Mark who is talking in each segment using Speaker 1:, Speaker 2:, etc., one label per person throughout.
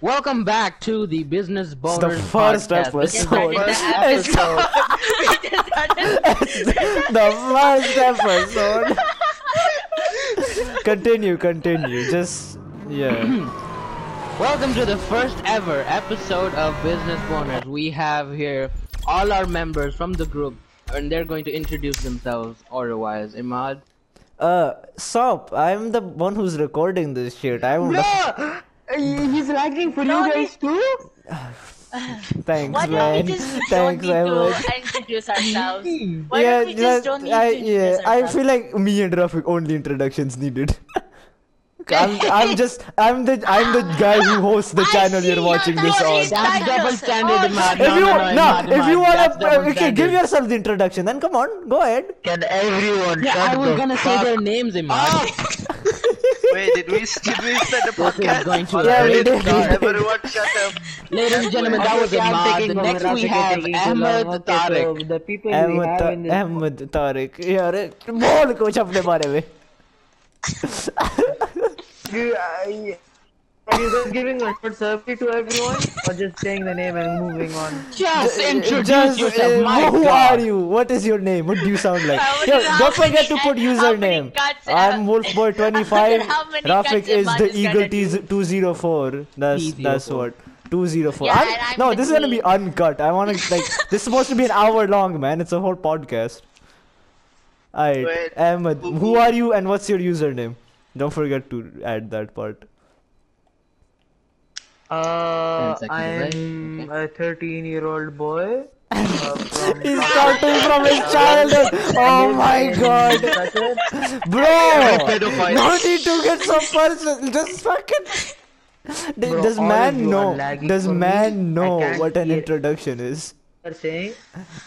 Speaker 1: Welcome back to the Business
Speaker 2: It's
Speaker 1: Boners
Speaker 2: the first
Speaker 1: podcast. We just
Speaker 2: episode.
Speaker 1: started the
Speaker 2: It's
Speaker 1: episode.
Speaker 2: the first episode. continue, continue. Just yeah.
Speaker 1: Welcome to the first ever episode of Business Boners. We have here all our members from the group, and they're going to introduce themselves. Otherwise, Imad.
Speaker 2: Uh, stop. I'm the one who's recording this shit. I'm.
Speaker 1: He's lagging for
Speaker 3: No, guys
Speaker 1: too.
Speaker 2: Thanks,
Speaker 3: Why
Speaker 2: man.
Speaker 3: don't we just
Speaker 2: Thanks,
Speaker 3: don't
Speaker 2: I'm.
Speaker 3: need to introduce ourselves? Why
Speaker 2: yeah,
Speaker 3: don't we just
Speaker 2: that-
Speaker 3: don't need
Speaker 2: I,
Speaker 3: to introduce
Speaker 2: yeah, I
Speaker 3: ourselves?
Speaker 2: feel like me and Rafik only introductions needed. I'm, I'm just I'm the I'm the guy who hosts the
Speaker 3: I
Speaker 2: channel
Speaker 3: see
Speaker 2: you're
Speaker 3: your
Speaker 2: watching this
Speaker 1: That's
Speaker 2: on.
Speaker 3: thoughts. Titles.
Speaker 1: double standard,
Speaker 3: Oh,
Speaker 1: Imad.
Speaker 3: shit.
Speaker 2: if you
Speaker 1: no, no,
Speaker 2: nah,
Speaker 1: Imad,
Speaker 2: if you
Speaker 1: Imad,
Speaker 2: wanna
Speaker 1: that's double
Speaker 2: okay, give
Speaker 1: standard.
Speaker 2: yourself the introduction. Then come on, go ahead.
Speaker 4: Can everyone
Speaker 1: Yeah,
Speaker 4: shut
Speaker 1: I was
Speaker 4: the
Speaker 1: gonna say
Speaker 4: fuck
Speaker 1: their names,
Speaker 3: Oh,
Speaker 1: Imad.
Speaker 4: up?
Speaker 5: Wait, did we did we start the
Speaker 1: This is
Speaker 5: podcast?
Speaker 1: going to
Speaker 2: Yeah, we
Speaker 1: Let's
Speaker 2: did.
Speaker 1: start.
Speaker 5: Everyone, shut up.
Speaker 1: Ladies and gentlemen, that was Imad. The next we have Ahmed Tariq.
Speaker 4: The people we
Speaker 2: Ahmed,
Speaker 4: have in
Speaker 2: Ta-
Speaker 4: this
Speaker 2: Ahmed Tariq यार बोल कुछ अपने बारे में
Speaker 4: You- uh, yeah. Are you guys giving a short survey to everyone or just saying the name and moving on?
Speaker 1: Just introduce
Speaker 2: Just,
Speaker 1: yourself,
Speaker 2: uh,
Speaker 1: my
Speaker 2: who
Speaker 1: God.
Speaker 2: are you? What is your name? What do you sound like?
Speaker 3: How
Speaker 2: Yo,
Speaker 3: many- how
Speaker 2: don't forget to
Speaker 3: many-
Speaker 2: put
Speaker 3: how
Speaker 2: username.
Speaker 3: many cuts, uh,
Speaker 2: I'm Wolfboy25.
Speaker 3: how many
Speaker 2: Rafik
Speaker 3: cuts your
Speaker 2: is
Speaker 3: mom
Speaker 2: the
Speaker 3: is
Speaker 2: Eagle
Speaker 3: gonna do?
Speaker 2: T- 204. That's that's
Speaker 1: 204.
Speaker 2: what. 204.
Speaker 3: Yeah,
Speaker 2: I'm-
Speaker 3: and I'm
Speaker 2: no,
Speaker 3: the
Speaker 2: this is gonna be
Speaker 3: queen.
Speaker 2: uncut. I wanna like this is supposed to be an hour long, man. It's a whole podcast. Alright,
Speaker 5: Wait.
Speaker 2: Ahmed, who are you and what's your username? Don't forget to add that part.
Speaker 4: Uh,
Speaker 1: seconds, right?
Speaker 4: I'm a 13 year old boy. uh, from-
Speaker 2: He's starting from his childhood. Oh my god. Bro!
Speaker 5: Pedophile.
Speaker 2: No need to get so personal. Just fucking. D-
Speaker 4: Bro,
Speaker 2: does
Speaker 4: all of
Speaker 2: man
Speaker 4: you are
Speaker 2: know?
Speaker 4: lagging
Speaker 2: Does
Speaker 4: for me.
Speaker 2: man know
Speaker 4: I can't
Speaker 2: what an
Speaker 4: see it.
Speaker 2: introduction is?
Speaker 4: You're saying,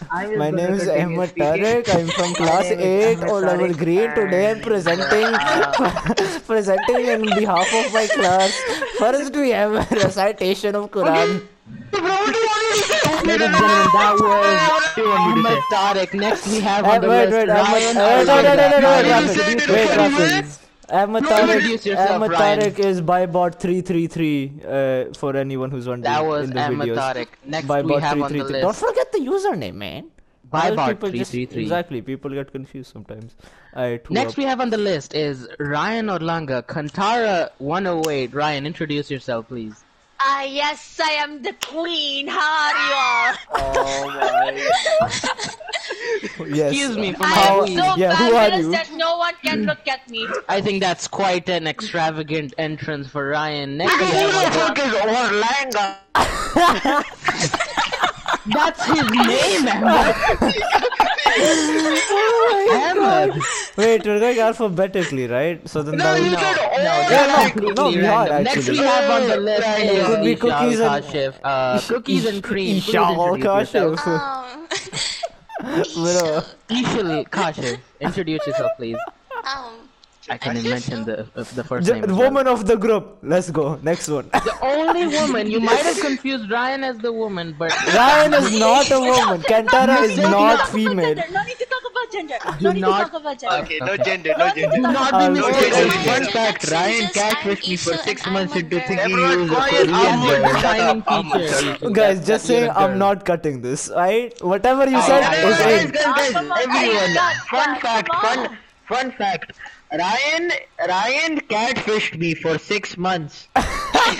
Speaker 4: I'm just
Speaker 2: My
Speaker 4: gonna
Speaker 2: name is
Speaker 4: continue
Speaker 2: Ahmed
Speaker 4: speaking.
Speaker 2: Tariq. I'm from
Speaker 4: My
Speaker 2: class
Speaker 4: name
Speaker 2: 8
Speaker 4: is Ahmed
Speaker 2: or level
Speaker 4: Tariq
Speaker 2: grade. Today I'm
Speaker 4: and, uh,
Speaker 2: presenting presenting on behalf of my class. First we have a recitation of Quran.
Speaker 1: Ladies and gentlemen, that was Ahmed Tariq. Next we have on
Speaker 2: Ahmed,
Speaker 1: the
Speaker 2: wait,
Speaker 1: list
Speaker 2: wait, Ahmed,
Speaker 1: Ryan.
Speaker 2: wait, no, no, no, no, no,
Speaker 1: Alexander.
Speaker 5: Ryan, Ryan,
Speaker 2: Rafik, wait,
Speaker 5: Ryan,
Speaker 2: Rafik. Ahmed
Speaker 1: Introduce
Speaker 2: Tariq,
Speaker 1: yourself,
Speaker 2: Ahmed
Speaker 1: Ryan.
Speaker 2: Tariq is Bybot333 uh, for anyone who's wondering
Speaker 1: That was
Speaker 2: in the
Speaker 1: Ahmed
Speaker 2: videos.
Speaker 1: Tariq. Next
Speaker 2: Bybot333.
Speaker 1: we have on the
Speaker 2: Don't
Speaker 1: list
Speaker 2: forget the username, man. Other people just-
Speaker 1: Bybot333.
Speaker 2: Exactly, people get confused sometimes. Alright, who
Speaker 1: Next
Speaker 2: up?
Speaker 1: we have on the list is Ryan Orlanga, Kantara 108. Ryan, introduce yourself, please.
Speaker 3: Ah, yes, I am the queen. How are you all?
Speaker 5: Oh my.
Speaker 2: yes.
Speaker 1: Excuse me for
Speaker 3: I
Speaker 1: How-
Speaker 3: am so
Speaker 2: yeah, who are
Speaker 3: fabulous
Speaker 2: you? Mm.
Speaker 3: that no one can look at me.
Speaker 1: I think that's quite an extravagant entrance for Ryan. Next we
Speaker 5: Who the
Speaker 1: have on
Speaker 5: fuck is Orlando?
Speaker 1: the- That's his name, Ahmed. Ahmed.
Speaker 2: Wait, we're going alphabetically, right? So then that
Speaker 5: No,
Speaker 2: would-
Speaker 5: you
Speaker 1: No,
Speaker 5: said
Speaker 2: Oh
Speaker 5: Orlando.
Speaker 1: no, that's completely
Speaker 2: no, no, we
Speaker 1: random.
Speaker 2: are
Speaker 1: Next we
Speaker 2: actually.
Speaker 1: have on the list
Speaker 5: Right,
Speaker 1: is
Speaker 2: could be
Speaker 1: Ishaq
Speaker 2: cookies and-
Speaker 1: Kashif, uh, cookies and cream. Please
Speaker 2: Ishaq
Speaker 1: introduce yourself.
Speaker 2: Kashif.
Speaker 3: Ah,
Speaker 6: Um,
Speaker 2: Bro.
Speaker 1: Ishaq Kashif, introduce yourself, please.
Speaker 6: um,
Speaker 1: I can mention the uh, the first
Speaker 2: J-
Speaker 1: name. as well.
Speaker 2: woman of the group. Let's go. Next one.
Speaker 1: The only woman. You might have confused Ryan as the woman, but
Speaker 2: Ryan is not a woman. Kantara is not female.
Speaker 3: No need to talk about gender.
Speaker 1: Do not-
Speaker 3: about
Speaker 5: Okay, no gender, no gender.
Speaker 1: do not be
Speaker 2: Um,
Speaker 1: mistaken.
Speaker 5: okay,
Speaker 1: Ryan.
Speaker 5: fun
Speaker 6: Gender
Speaker 4: fact, Ryan
Speaker 6: changes, I'm
Speaker 4: catfished me for
Speaker 6: Asian
Speaker 4: six
Speaker 6: and
Speaker 4: months
Speaker 6: I'm a
Speaker 4: into
Speaker 6: girl.
Speaker 4: thinking he
Speaker 5: Everyone
Speaker 4: was a
Speaker 5: quiet.
Speaker 4: Korean
Speaker 5: I'm
Speaker 4: boy.
Speaker 5: a-
Speaker 1: Shut up,
Speaker 5: I'm a-
Speaker 1: teacher.
Speaker 2: Guys, just saying I'm
Speaker 1: girl.
Speaker 2: not cutting this. Right? Whatever
Speaker 1: Oh,
Speaker 2: you said
Speaker 5: Guys,
Speaker 2: is
Speaker 5: guys,
Speaker 2: in.
Speaker 5: guys, guys,
Speaker 3: Come on,
Speaker 5: everyone,
Speaker 3: guys,
Speaker 5: fun
Speaker 3: come
Speaker 5: fact,
Speaker 3: on.
Speaker 5: fun, fun fact. Ryan, Ryan catfished me for six months. Can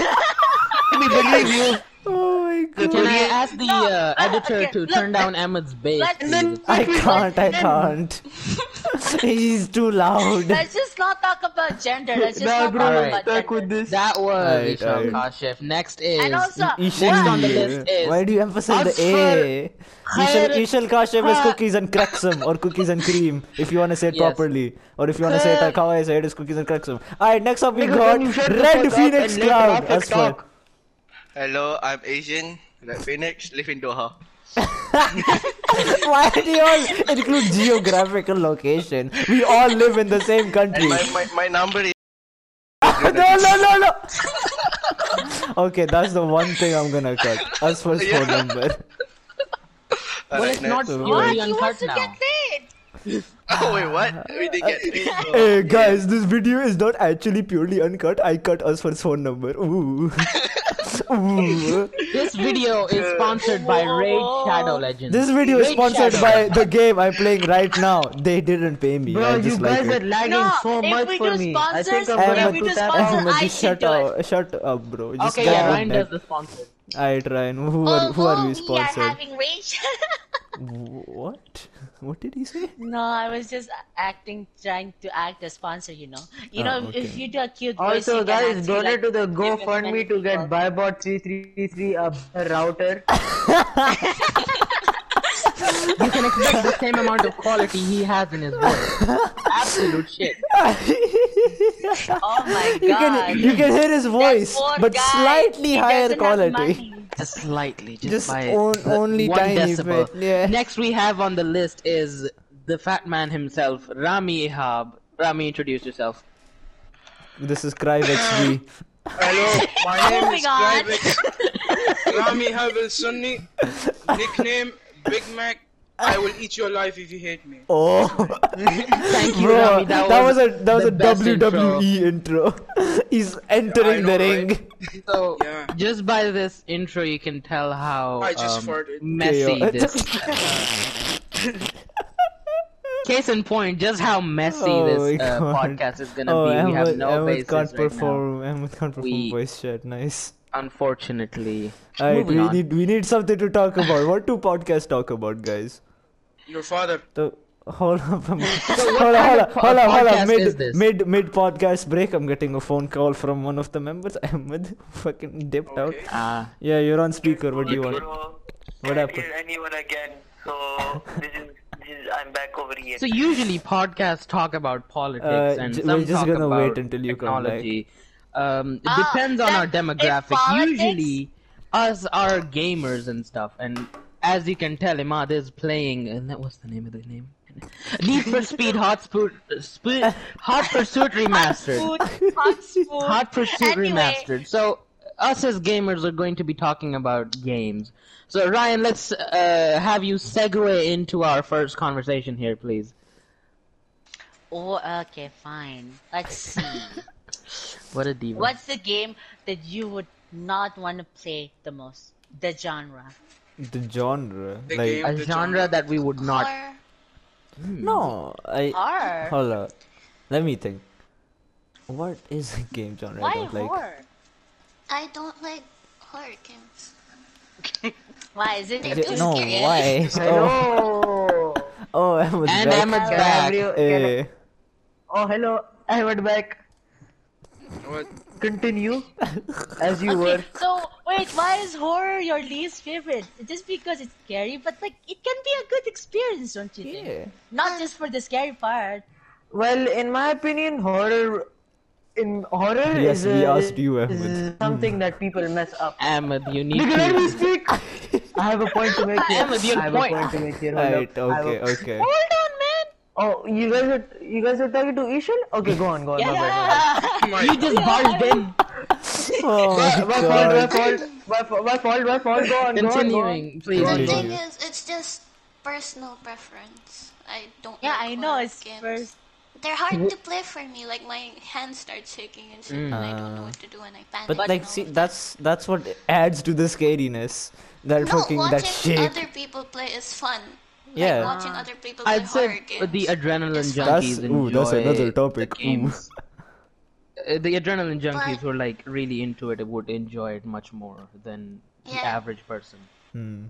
Speaker 5: you believe you?
Speaker 2: Oh my god.
Speaker 1: Can I ask the uh, editor
Speaker 3: okay,
Speaker 1: to
Speaker 3: look,
Speaker 1: turn down Ahmed's bass?
Speaker 3: let's-
Speaker 1: please?
Speaker 2: I can't. I can't. He's too loud.
Speaker 3: Let's just not talk about gender. Let's just
Speaker 4: Nah,
Speaker 3: not
Speaker 4: bro,
Speaker 3: talk
Speaker 1: Alright.
Speaker 4: I'm
Speaker 3: about
Speaker 4: stuck
Speaker 3: gender.
Speaker 4: with this.
Speaker 1: That was
Speaker 2: Alright,
Speaker 1: Ishaq
Speaker 2: alright.
Speaker 1: Kashif. Next is
Speaker 3: And also,
Speaker 2: Ishal,
Speaker 1: Next on the list is-
Speaker 2: why do you emphasize the A? Ishal, Ishal Kashyap is cookies and cruxum or cookies and cream if you want to say it
Speaker 1: Yes.
Speaker 2: properly or if you want to say it like how I say it is cookies and cruxum. Alright, next up we
Speaker 4: Nigga,
Speaker 2: got
Speaker 4: can you shut the fuck
Speaker 2: Red
Speaker 4: up
Speaker 2: Phoenix
Speaker 4: and let
Speaker 2: Cloud.
Speaker 4: Rafik
Speaker 2: As fuck.
Speaker 4: talk?
Speaker 5: Hello, I'm Asian. Like Phoenix, live in Doha.
Speaker 2: Why do you all include geographical location? We all live in the same country.
Speaker 5: My, my, my number is.
Speaker 2: no, no, no, no. okay, that's the one thing I'm gonna cut. As for his phone
Speaker 5: Yeah.
Speaker 2: number.
Speaker 1: well,
Speaker 5: Alright,
Speaker 1: it's not
Speaker 5: next.
Speaker 1: purely
Speaker 3: he
Speaker 1: uncut
Speaker 3: wants to get
Speaker 1: now.
Speaker 3: paid.
Speaker 5: Oh wait, what? We did get paid.
Speaker 2: Hey guys, this video is not actually purely uncut. I cut us for his phone number. Ooh. Ooh.
Speaker 1: This video is sponsored by Raid Shadow Legends.
Speaker 2: This video is
Speaker 1: Raid
Speaker 2: sponsored
Speaker 1: Shadow.
Speaker 2: by the game I'm playing right now. They didn't pay me.
Speaker 4: Bro,
Speaker 2: I
Speaker 4: you
Speaker 2: just like
Speaker 4: guys
Speaker 2: it.
Speaker 4: are lagging
Speaker 3: No,
Speaker 4: so
Speaker 3: if
Speaker 4: much
Speaker 3: we
Speaker 4: for
Speaker 3: do
Speaker 4: me.
Speaker 3: sponsors,
Speaker 4: I think
Speaker 3: if
Speaker 4: I'm
Speaker 3: we
Speaker 4: gonna
Speaker 3: do
Speaker 4: do that.
Speaker 3: sponsors,
Speaker 4: now.
Speaker 2: Ahmed,
Speaker 3: I
Speaker 2: just
Speaker 3: should
Speaker 2: shut
Speaker 3: do
Speaker 2: up, shut up, bro. Just
Speaker 1: Okay,
Speaker 2: get
Speaker 1: yeah,
Speaker 2: on
Speaker 1: Ryan
Speaker 2: that.
Speaker 1: does the sponsor.
Speaker 2: I try. and Who
Speaker 3: Oh,
Speaker 2: are who are
Speaker 3: Although
Speaker 2: we
Speaker 3: We are
Speaker 2: sponsored?
Speaker 3: having rage.
Speaker 2: What? What did he say?
Speaker 3: no, I was just acting, trying to act a sponsor. You know, you
Speaker 2: Oh,
Speaker 3: know,
Speaker 2: okay.
Speaker 3: if you do a cute voice,
Speaker 4: Also,
Speaker 3: you can
Speaker 4: guys,
Speaker 3: actually,
Speaker 4: donate
Speaker 3: like,
Speaker 4: to the
Speaker 3: give it many
Speaker 4: GoFundMe to get
Speaker 3: people.
Speaker 4: Bybot 3333 a better uh, router.
Speaker 1: You can expect the same amount of quality he has in his voice. Absolute shit.
Speaker 3: Oh my
Speaker 2: you
Speaker 3: god.
Speaker 2: can you can hear his
Speaker 3: That
Speaker 2: voice,
Speaker 3: poor
Speaker 2: but
Speaker 3: guy,
Speaker 2: slightly
Speaker 3: he
Speaker 2: higher
Speaker 3: doesn't have
Speaker 2: quality.
Speaker 3: money. Oh
Speaker 1: Just slightly, just,
Speaker 2: Just
Speaker 1: by
Speaker 2: on,
Speaker 1: uh,
Speaker 2: only
Speaker 1: one
Speaker 2: tiny
Speaker 1: decibel.
Speaker 2: bit. Yeah.
Speaker 1: Next we have on the list is the fat man himself, Rami Ihab. Rami, introduce yourself.
Speaker 2: This is CryVXV.
Speaker 6: Hello, my
Speaker 3: Oh
Speaker 6: name
Speaker 3: my
Speaker 6: is
Speaker 3: God.
Speaker 6: Private Rami Habil Sunni, nickname Big Mac. I will eat your life if you hate me.
Speaker 2: Oh,
Speaker 1: Thank you,
Speaker 2: bro,
Speaker 1: Rami.
Speaker 2: that,
Speaker 1: That,
Speaker 2: was, a that was
Speaker 1: the
Speaker 2: a
Speaker 1: best intro.
Speaker 2: WWE intro. He's entering
Speaker 6: know,
Speaker 2: the ring.
Speaker 6: right?
Speaker 1: So
Speaker 6: Yeah.
Speaker 1: just by this intro, you can tell how
Speaker 6: I just
Speaker 1: um,
Speaker 6: farted.
Speaker 1: messy
Speaker 2: KO.
Speaker 1: this. Case in point, just how messy this
Speaker 2: Oh my
Speaker 1: uh,
Speaker 2: God.
Speaker 1: podcast is gonna
Speaker 2: oh,
Speaker 1: be. We
Speaker 2: Ahmed,
Speaker 1: have no
Speaker 2: Ahmed
Speaker 1: basis
Speaker 2: can't
Speaker 1: right now,
Speaker 2: perform. Ahmed can't perform
Speaker 1: We-
Speaker 2: voice chat. Nice.
Speaker 1: Unfortunately,
Speaker 2: Alright,
Speaker 1: Moving
Speaker 2: we
Speaker 1: on.
Speaker 2: need we need something to talk about. What do podcasts talk about, guys?
Speaker 6: Your father.
Speaker 2: The hold up, I'm- hold
Speaker 1: kind
Speaker 2: up, hold
Speaker 1: of
Speaker 2: up,
Speaker 1: po-
Speaker 2: hold up, hold up.
Speaker 1: podcast is
Speaker 2: Mid
Speaker 1: this?
Speaker 2: mid mid podcast break. I'm getting a phone call from one of the members. Ahmed fucking dipped out.
Speaker 6: Okay.
Speaker 1: uh,
Speaker 2: Yeah, you're on speaker. What do you want?
Speaker 7: Hello.
Speaker 2: What
Speaker 7: This
Speaker 2: happened?
Speaker 7: is anyone again. So this is, this is I'm back over here.
Speaker 1: so usually podcasts talk about politics
Speaker 2: Uh,
Speaker 1: and
Speaker 2: j-
Speaker 1: some
Speaker 2: we're just
Speaker 1: talk
Speaker 2: gonna
Speaker 1: about
Speaker 2: wait until you come back.
Speaker 1: technology. Um, it
Speaker 3: Ah,
Speaker 1: depends on our
Speaker 3: that- if
Speaker 1: demographic.
Speaker 3: politics-
Speaker 1: Usually, us are gamers and stuff, and as you can tell, Imad is playing. And that what's the name of the name? Need for Speed Hot Spoot, Spoot, Hot Pursuit Remastered.
Speaker 3: Food, hot food.
Speaker 1: Hot Pursuit
Speaker 3: Anyway.
Speaker 1: Remastered. So us as gamers are going to be talking about games. So Ryan, let's uh, have you segue into our first conversation here, please.
Speaker 3: Oh, okay, fine. Let's see.
Speaker 1: What a diva.
Speaker 3: What's the game that you would not want to play the most? The genre.
Speaker 2: The genre,
Speaker 6: The
Speaker 2: like
Speaker 6: game.
Speaker 1: A genre that we would not.
Speaker 3: Or,
Speaker 2: no, I
Speaker 3: Horror.
Speaker 2: hold up. Let me think. What is a game genre
Speaker 3: why
Speaker 2: I don't like?
Speaker 3: horror?
Speaker 8: I don't like horror games.
Speaker 3: Why is it?
Speaker 2: Yeah,
Speaker 3: too
Speaker 2: no,
Speaker 3: scary?
Speaker 2: why? Oh,
Speaker 4: Hello!
Speaker 2: oh, Ahmed's
Speaker 1: And
Speaker 2: back.
Speaker 1: Ahmed's
Speaker 4: Can
Speaker 1: back.
Speaker 4: every- can-
Speaker 2: Eh.
Speaker 4: Oh, hello. I went back.
Speaker 6: What?
Speaker 4: Continue as you were.
Speaker 3: Okay, so wait, why is horror your least favorite? Just because it's scary, but like it can be a good experience, don't you think?
Speaker 2: Yeah.
Speaker 3: Not just for the scary part.
Speaker 4: Well, in my opinion, horror in horror
Speaker 2: Yes,
Speaker 4: is,
Speaker 2: we
Speaker 4: a-
Speaker 2: asked you,
Speaker 4: is
Speaker 2: Ahmed.
Speaker 4: something that people mess up.
Speaker 1: Ahmed, you need
Speaker 4: You can let me
Speaker 1: to.
Speaker 4: speak. I have a point to make here.
Speaker 1: Ahmed, you have
Speaker 4: I have
Speaker 1: a
Speaker 4: a
Speaker 1: point.
Speaker 4: point to make here. Hold
Speaker 2: Right.
Speaker 4: up. I have
Speaker 2: Okay.
Speaker 4: a-
Speaker 2: Okay.
Speaker 3: Hold on, man.
Speaker 4: Oh, you guys are you guys are talking to Ishal? Okay, go on, go on. my bad, my bad.
Speaker 3: Yeah.
Speaker 6: My
Speaker 1: You just barged in.
Speaker 2: Oh my
Speaker 4: My fault, my
Speaker 2: god.
Speaker 4: fault, my fault, my fault, my fault. Go on, go on, go on.
Speaker 1: Continuing, please.
Speaker 2: Go on,
Speaker 8: The
Speaker 2: go
Speaker 1: continue.
Speaker 8: thing is, it's just personal preference. I don't.
Speaker 3: yeah,
Speaker 8: like
Speaker 3: I know
Speaker 8: horror
Speaker 3: it's
Speaker 8: games.
Speaker 3: first.
Speaker 8: They're hard to play for me. Like my hands start shaking and shit, and I don't know what to do, and I panic.
Speaker 2: But
Speaker 8: and
Speaker 2: like,
Speaker 8: all
Speaker 2: see,
Speaker 8: of
Speaker 2: that's that's what adds to the scariness. That
Speaker 8: that.
Speaker 2: fucking
Speaker 8: no, watching
Speaker 2: that shit.
Speaker 8: other people play is fun.
Speaker 2: Yeah.
Speaker 8: like, watching other people play
Speaker 1: I'd
Speaker 8: horror
Speaker 1: say
Speaker 8: games.
Speaker 1: the adrenaline
Speaker 8: It's fun.
Speaker 1: junkies
Speaker 2: That's- ooh, that's
Speaker 1: enjoy
Speaker 2: another
Speaker 1: the
Speaker 2: topic, ooh.
Speaker 1: games. Uh, The adrenaline junkies
Speaker 8: But-
Speaker 1: who are like really into it would enjoy it much more than the
Speaker 8: Yeah.
Speaker 1: average person.
Speaker 2: Hmm.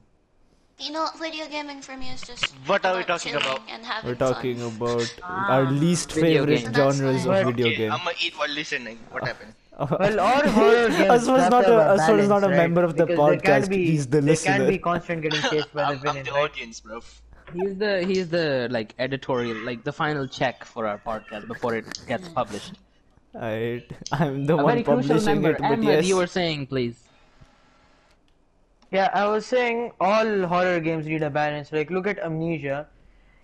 Speaker 8: you know, video gaming for me is just.
Speaker 7: What are we
Speaker 8: about
Speaker 7: talking
Speaker 8: chilling
Speaker 7: about?
Speaker 8: And having
Speaker 2: We're talking
Speaker 8: fun.
Speaker 2: about
Speaker 4: Ah.
Speaker 2: our least
Speaker 1: Video games.
Speaker 2: favorite
Speaker 8: That's
Speaker 2: genres
Speaker 8: fine.
Speaker 2: of video games.
Speaker 7: gonna eat while listening. What happened?
Speaker 4: um, Well, all horror games.
Speaker 2: Aswa's
Speaker 4: have
Speaker 2: not
Speaker 4: to
Speaker 2: a
Speaker 4: have
Speaker 2: Aswa's not a
Speaker 4: balance, right?
Speaker 2: member of the
Speaker 4: Because they can't
Speaker 2: podcast.
Speaker 4: be-
Speaker 2: He's the
Speaker 4: They
Speaker 2: listener.
Speaker 4: can't be constant getting chased by the villain. right?
Speaker 7: audience, bro.
Speaker 1: He's the he's the like editorial like the final check for our podcast before it gets
Speaker 4: Hmm.
Speaker 1: published.
Speaker 2: Alright, I'm the
Speaker 1: A
Speaker 2: one
Speaker 1: very crucial
Speaker 2: publishing
Speaker 1: member.
Speaker 2: it, but
Speaker 1: Ahmed,
Speaker 2: yes.
Speaker 1: you were saying please.
Speaker 4: Yeah, I was saying all horror games need a balance. Like, look at Amnesia.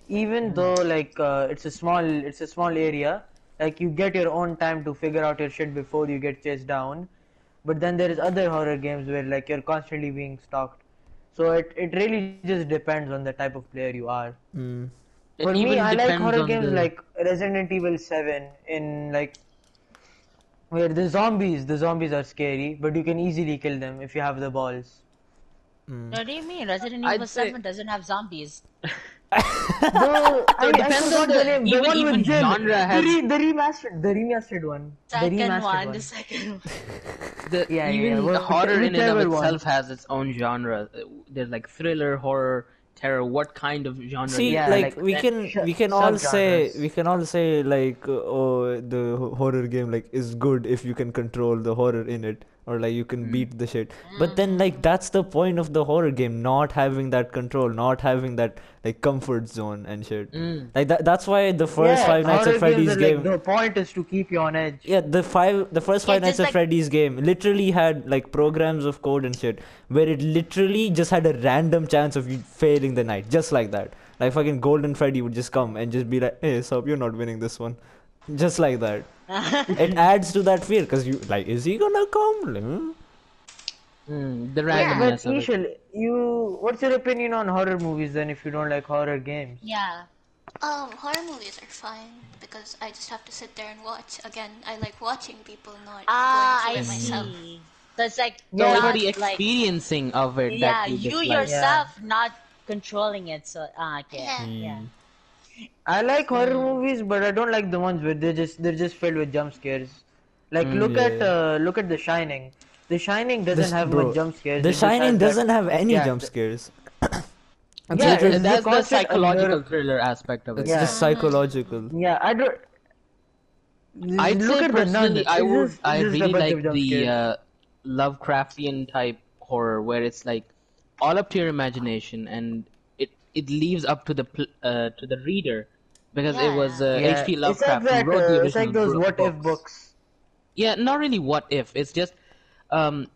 Speaker 2: Hmm.
Speaker 4: Even though like uh, it's a small it's a small area, like you get your own time to figure out your shit before you get chased down. But then there is other horror games where like you're constantly being stalked. So it, it really just depends on the type of player you are.
Speaker 2: Hmm.
Speaker 1: It
Speaker 4: For me,
Speaker 1: even
Speaker 4: I like
Speaker 1: depends
Speaker 4: horror
Speaker 1: on
Speaker 4: games
Speaker 1: the-
Speaker 4: like Resident Evil 7 in like Where the zombies, the zombies are scary, but you can easily kill them if you have the balls.
Speaker 3: What do you mean? Resident
Speaker 1: I'd
Speaker 3: Evil
Speaker 1: say-
Speaker 3: 7 doesn't have zombies.
Speaker 4: Bro, I, I
Speaker 1: depends
Speaker 4: forgot
Speaker 1: on
Speaker 4: the
Speaker 1: the-
Speaker 4: name. the
Speaker 1: even-
Speaker 4: one
Speaker 1: even
Speaker 4: with Jim.
Speaker 1: genre
Speaker 4: the,
Speaker 1: has-
Speaker 4: re- the remastered, the remastered one. the
Speaker 3: Second
Speaker 4: remastered
Speaker 3: one, the second one.
Speaker 1: The,
Speaker 4: Yeah, yeah, yeah,
Speaker 1: even
Speaker 4: well,
Speaker 1: the horror in and
Speaker 4: whichever
Speaker 1: of
Speaker 4: one.
Speaker 1: itself has its own genre. Uh, There's like thriller, horror, terror. What kind of genre? do
Speaker 2: See,
Speaker 1: you-
Speaker 4: yeah,
Speaker 2: like,
Speaker 4: like,
Speaker 2: we
Speaker 4: that
Speaker 2: can
Speaker 4: sh-
Speaker 2: we can all say
Speaker 4: subgenres.
Speaker 2: we can all say like uh, oh the ho- horror game like is good if you can control the horror in it or like you can beat the shit.
Speaker 4: Hmm.
Speaker 2: But then like that's the point of the horror game, not having that control, not having that like comfort zone and shit. Like that that's why the first
Speaker 4: Hmm. Yeah,
Speaker 2: Five Nights
Speaker 4: horror
Speaker 2: at Freddy's
Speaker 4: games are like-
Speaker 2: game
Speaker 4: the point is to keep you on edge.
Speaker 2: yeah the five the first
Speaker 3: Yeah,
Speaker 2: five nights
Speaker 3: just
Speaker 2: at
Speaker 3: like-
Speaker 2: freddy's game literally had like programs of code and shit where it literally just had a random chance of you failing the night just like that like fucking golden freddy would just come and just be like hey sup you're not winning this one just like that it adds to that fear because you like is he gonna come Hmm?
Speaker 1: Mm, the
Speaker 4: But
Speaker 1: randomness of it.
Speaker 4: Ishil, you, what's your opinion on horror movies then? If you don't like horror games,
Speaker 3: Yeah.
Speaker 8: Um, horror movies are fine because I just have to sit there and watch. Again, I like watching people, not
Speaker 3: Ah,
Speaker 8: going
Speaker 3: I
Speaker 8: through it myself.
Speaker 3: see. So it's like,
Speaker 1: So
Speaker 3: not,
Speaker 1: for the
Speaker 3: like,
Speaker 1: experiencing of it
Speaker 3: yeah,
Speaker 1: that you,
Speaker 3: you
Speaker 1: dislike.
Speaker 3: yourself not controlling it. So, ah, okay.
Speaker 8: Yeah.
Speaker 3: yeah.
Speaker 4: I like horror
Speaker 2: Hmm.
Speaker 4: movies, but I don't like the ones where they're just they're just filled with jump scares. Like look at uh, look at The Shining. The Shining doesn't
Speaker 2: Hmm, This-
Speaker 4: have
Speaker 2: bro,
Speaker 4: much jump scares.
Speaker 2: the
Speaker 4: it just has
Speaker 2: shining
Speaker 4: that-
Speaker 2: doesn't have any
Speaker 4: yeah,
Speaker 2: jump
Speaker 4: the-
Speaker 2: scares
Speaker 1: Yeah,
Speaker 2: it's,
Speaker 4: Yeah,
Speaker 2: literally-
Speaker 4: it's
Speaker 1: that's the
Speaker 4: concept of
Speaker 1: psychological thriller aspect of it.
Speaker 2: it's
Speaker 4: yeah.
Speaker 2: just psychological
Speaker 4: Yeah, I don't.
Speaker 1: I'd
Speaker 4: look
Speaker 1: say
Speaker 4: at the nun.
Speaker 1: personally, I
Speaker 4: It's
Speaker 1: would,
Speaker 4: just- it's
Speaker 1: I
Speaker 4: just a
Speaker 1: really
Speaker 4: bunch of
Speaker 1: like
Speaker 4: jump
Speaker 1: the
Speaker 4: scares.
Speaker 1: uh, Lovecraftian type horror where it's like all up to your imagination and it it leaves up to the pl- uh, to the reader because it was uh,
Speaker 4: Yeah,
Speaker 1: H.P.
Speaker 4: it's like
Speaker 1: Lovecraft
Speaker 4: that,
Speaker 1: who wrote the
Speaker 4: uh, It's like
Speaker 1: original
Speaker 4: those
Speaker 1: bro-
Speaker 4: what if books.
Speaker 1: Yeah, not really what if. It's just um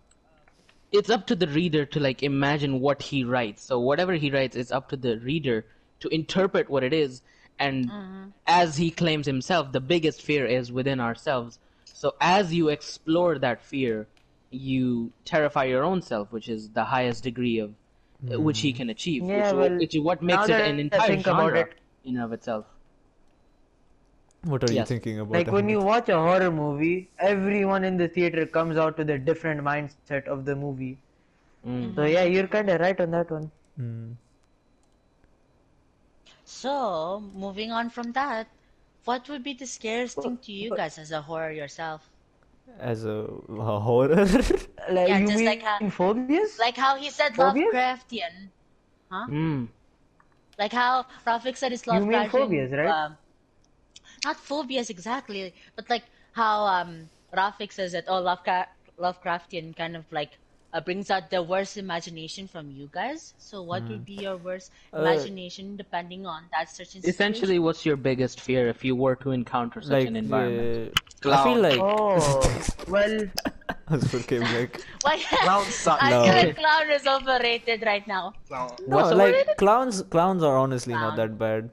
Speaker 1: it's up to the reader to like imagine what he writes. So whatever he writes it's up to the reader to interpret what it is and
Speaker 4: Mm-hmm.
Speaker 1: as he claims himself the biggest fear is within ourselves. So as you explore that fear, you terrify your own self, which is the highest degree of which he can achieve,
Speaker 4: Yeah,
Speaker 1: which,
Speaker 4: well,
Speaker 1: which is what
Speaker 4: now
Speaker 1: makes it
Speaker 4: that
Speaker 1: an
Speaker 4: I
Speaker 1: entire
Speaker 4: think about
Speaker 1: genre
Speaker 4: it-
Speaker 1: in and of itself.
Speaker 2: what are you
Speaker 1: Yes.
Speaker 2: thinking about
Speaker 4: Like when
Speaker 2: Ahmed?
Speaker 4: you watch a horror movie, everyone in the theater comes out with a different mindset of the movie.
Speaker 2: Hmm.
Speaker 4: So yeah, you're kind of right on that one.
Speaker 3: So, moving on from that, what would be the scariest thing to you guys as a horror yourself?
Speaker 2: as a, a horror
Speaker 4: Like
Speaker 3: Yeah,
Speaker 4: you
Speaker 3: just
Speaker 4: mean
Speaker 3: like
Speaker 2: uh,
Speaker 3: a-
Speaker 4: phobias?
Speaker 3: Like how he said
Speaker 4: Phobias?
Speaker 3: Lovecraftian.
Speaker 1: Mm.
Speaker 3: Like how Rafik said it's
Speaker 4: You mean
Speaker 3: Lovecraftian.
Speaker 4: phobias, right?
Speaker 3: Um, not phobias exactly, but like how um, Rafik says that, oh, Lovecra- Lovecraftian kind of like uh, brings out the worst imagination from you guys. So, what would be your worst
Speaker 4: Uh,
Speaker 3: imagination depending on that certain
Speaker 1: Essentially, what's your biggest fear if you were to encounter such
Speaker 2: like
Speaker 1: an environment?
Speaker 2: uh, I feel
Speaker 1: Clown.
Speaker 2: like
Speaker 4: Oh, well,
Speaker 2: I was fucking like
Speaker 3: situation? Why?
Speaker 6: Clown suck.
Speaker 3: I
Speaker 2: No.
Speaker 3: feel like clown is overrated right now.
Speaker 6: Clown.
Speaker 2: no
Speaker 1: What's the
Speaker 2: like clowns clowns are honestly not
Speaker 3: Clown.
Speaker 2: that bad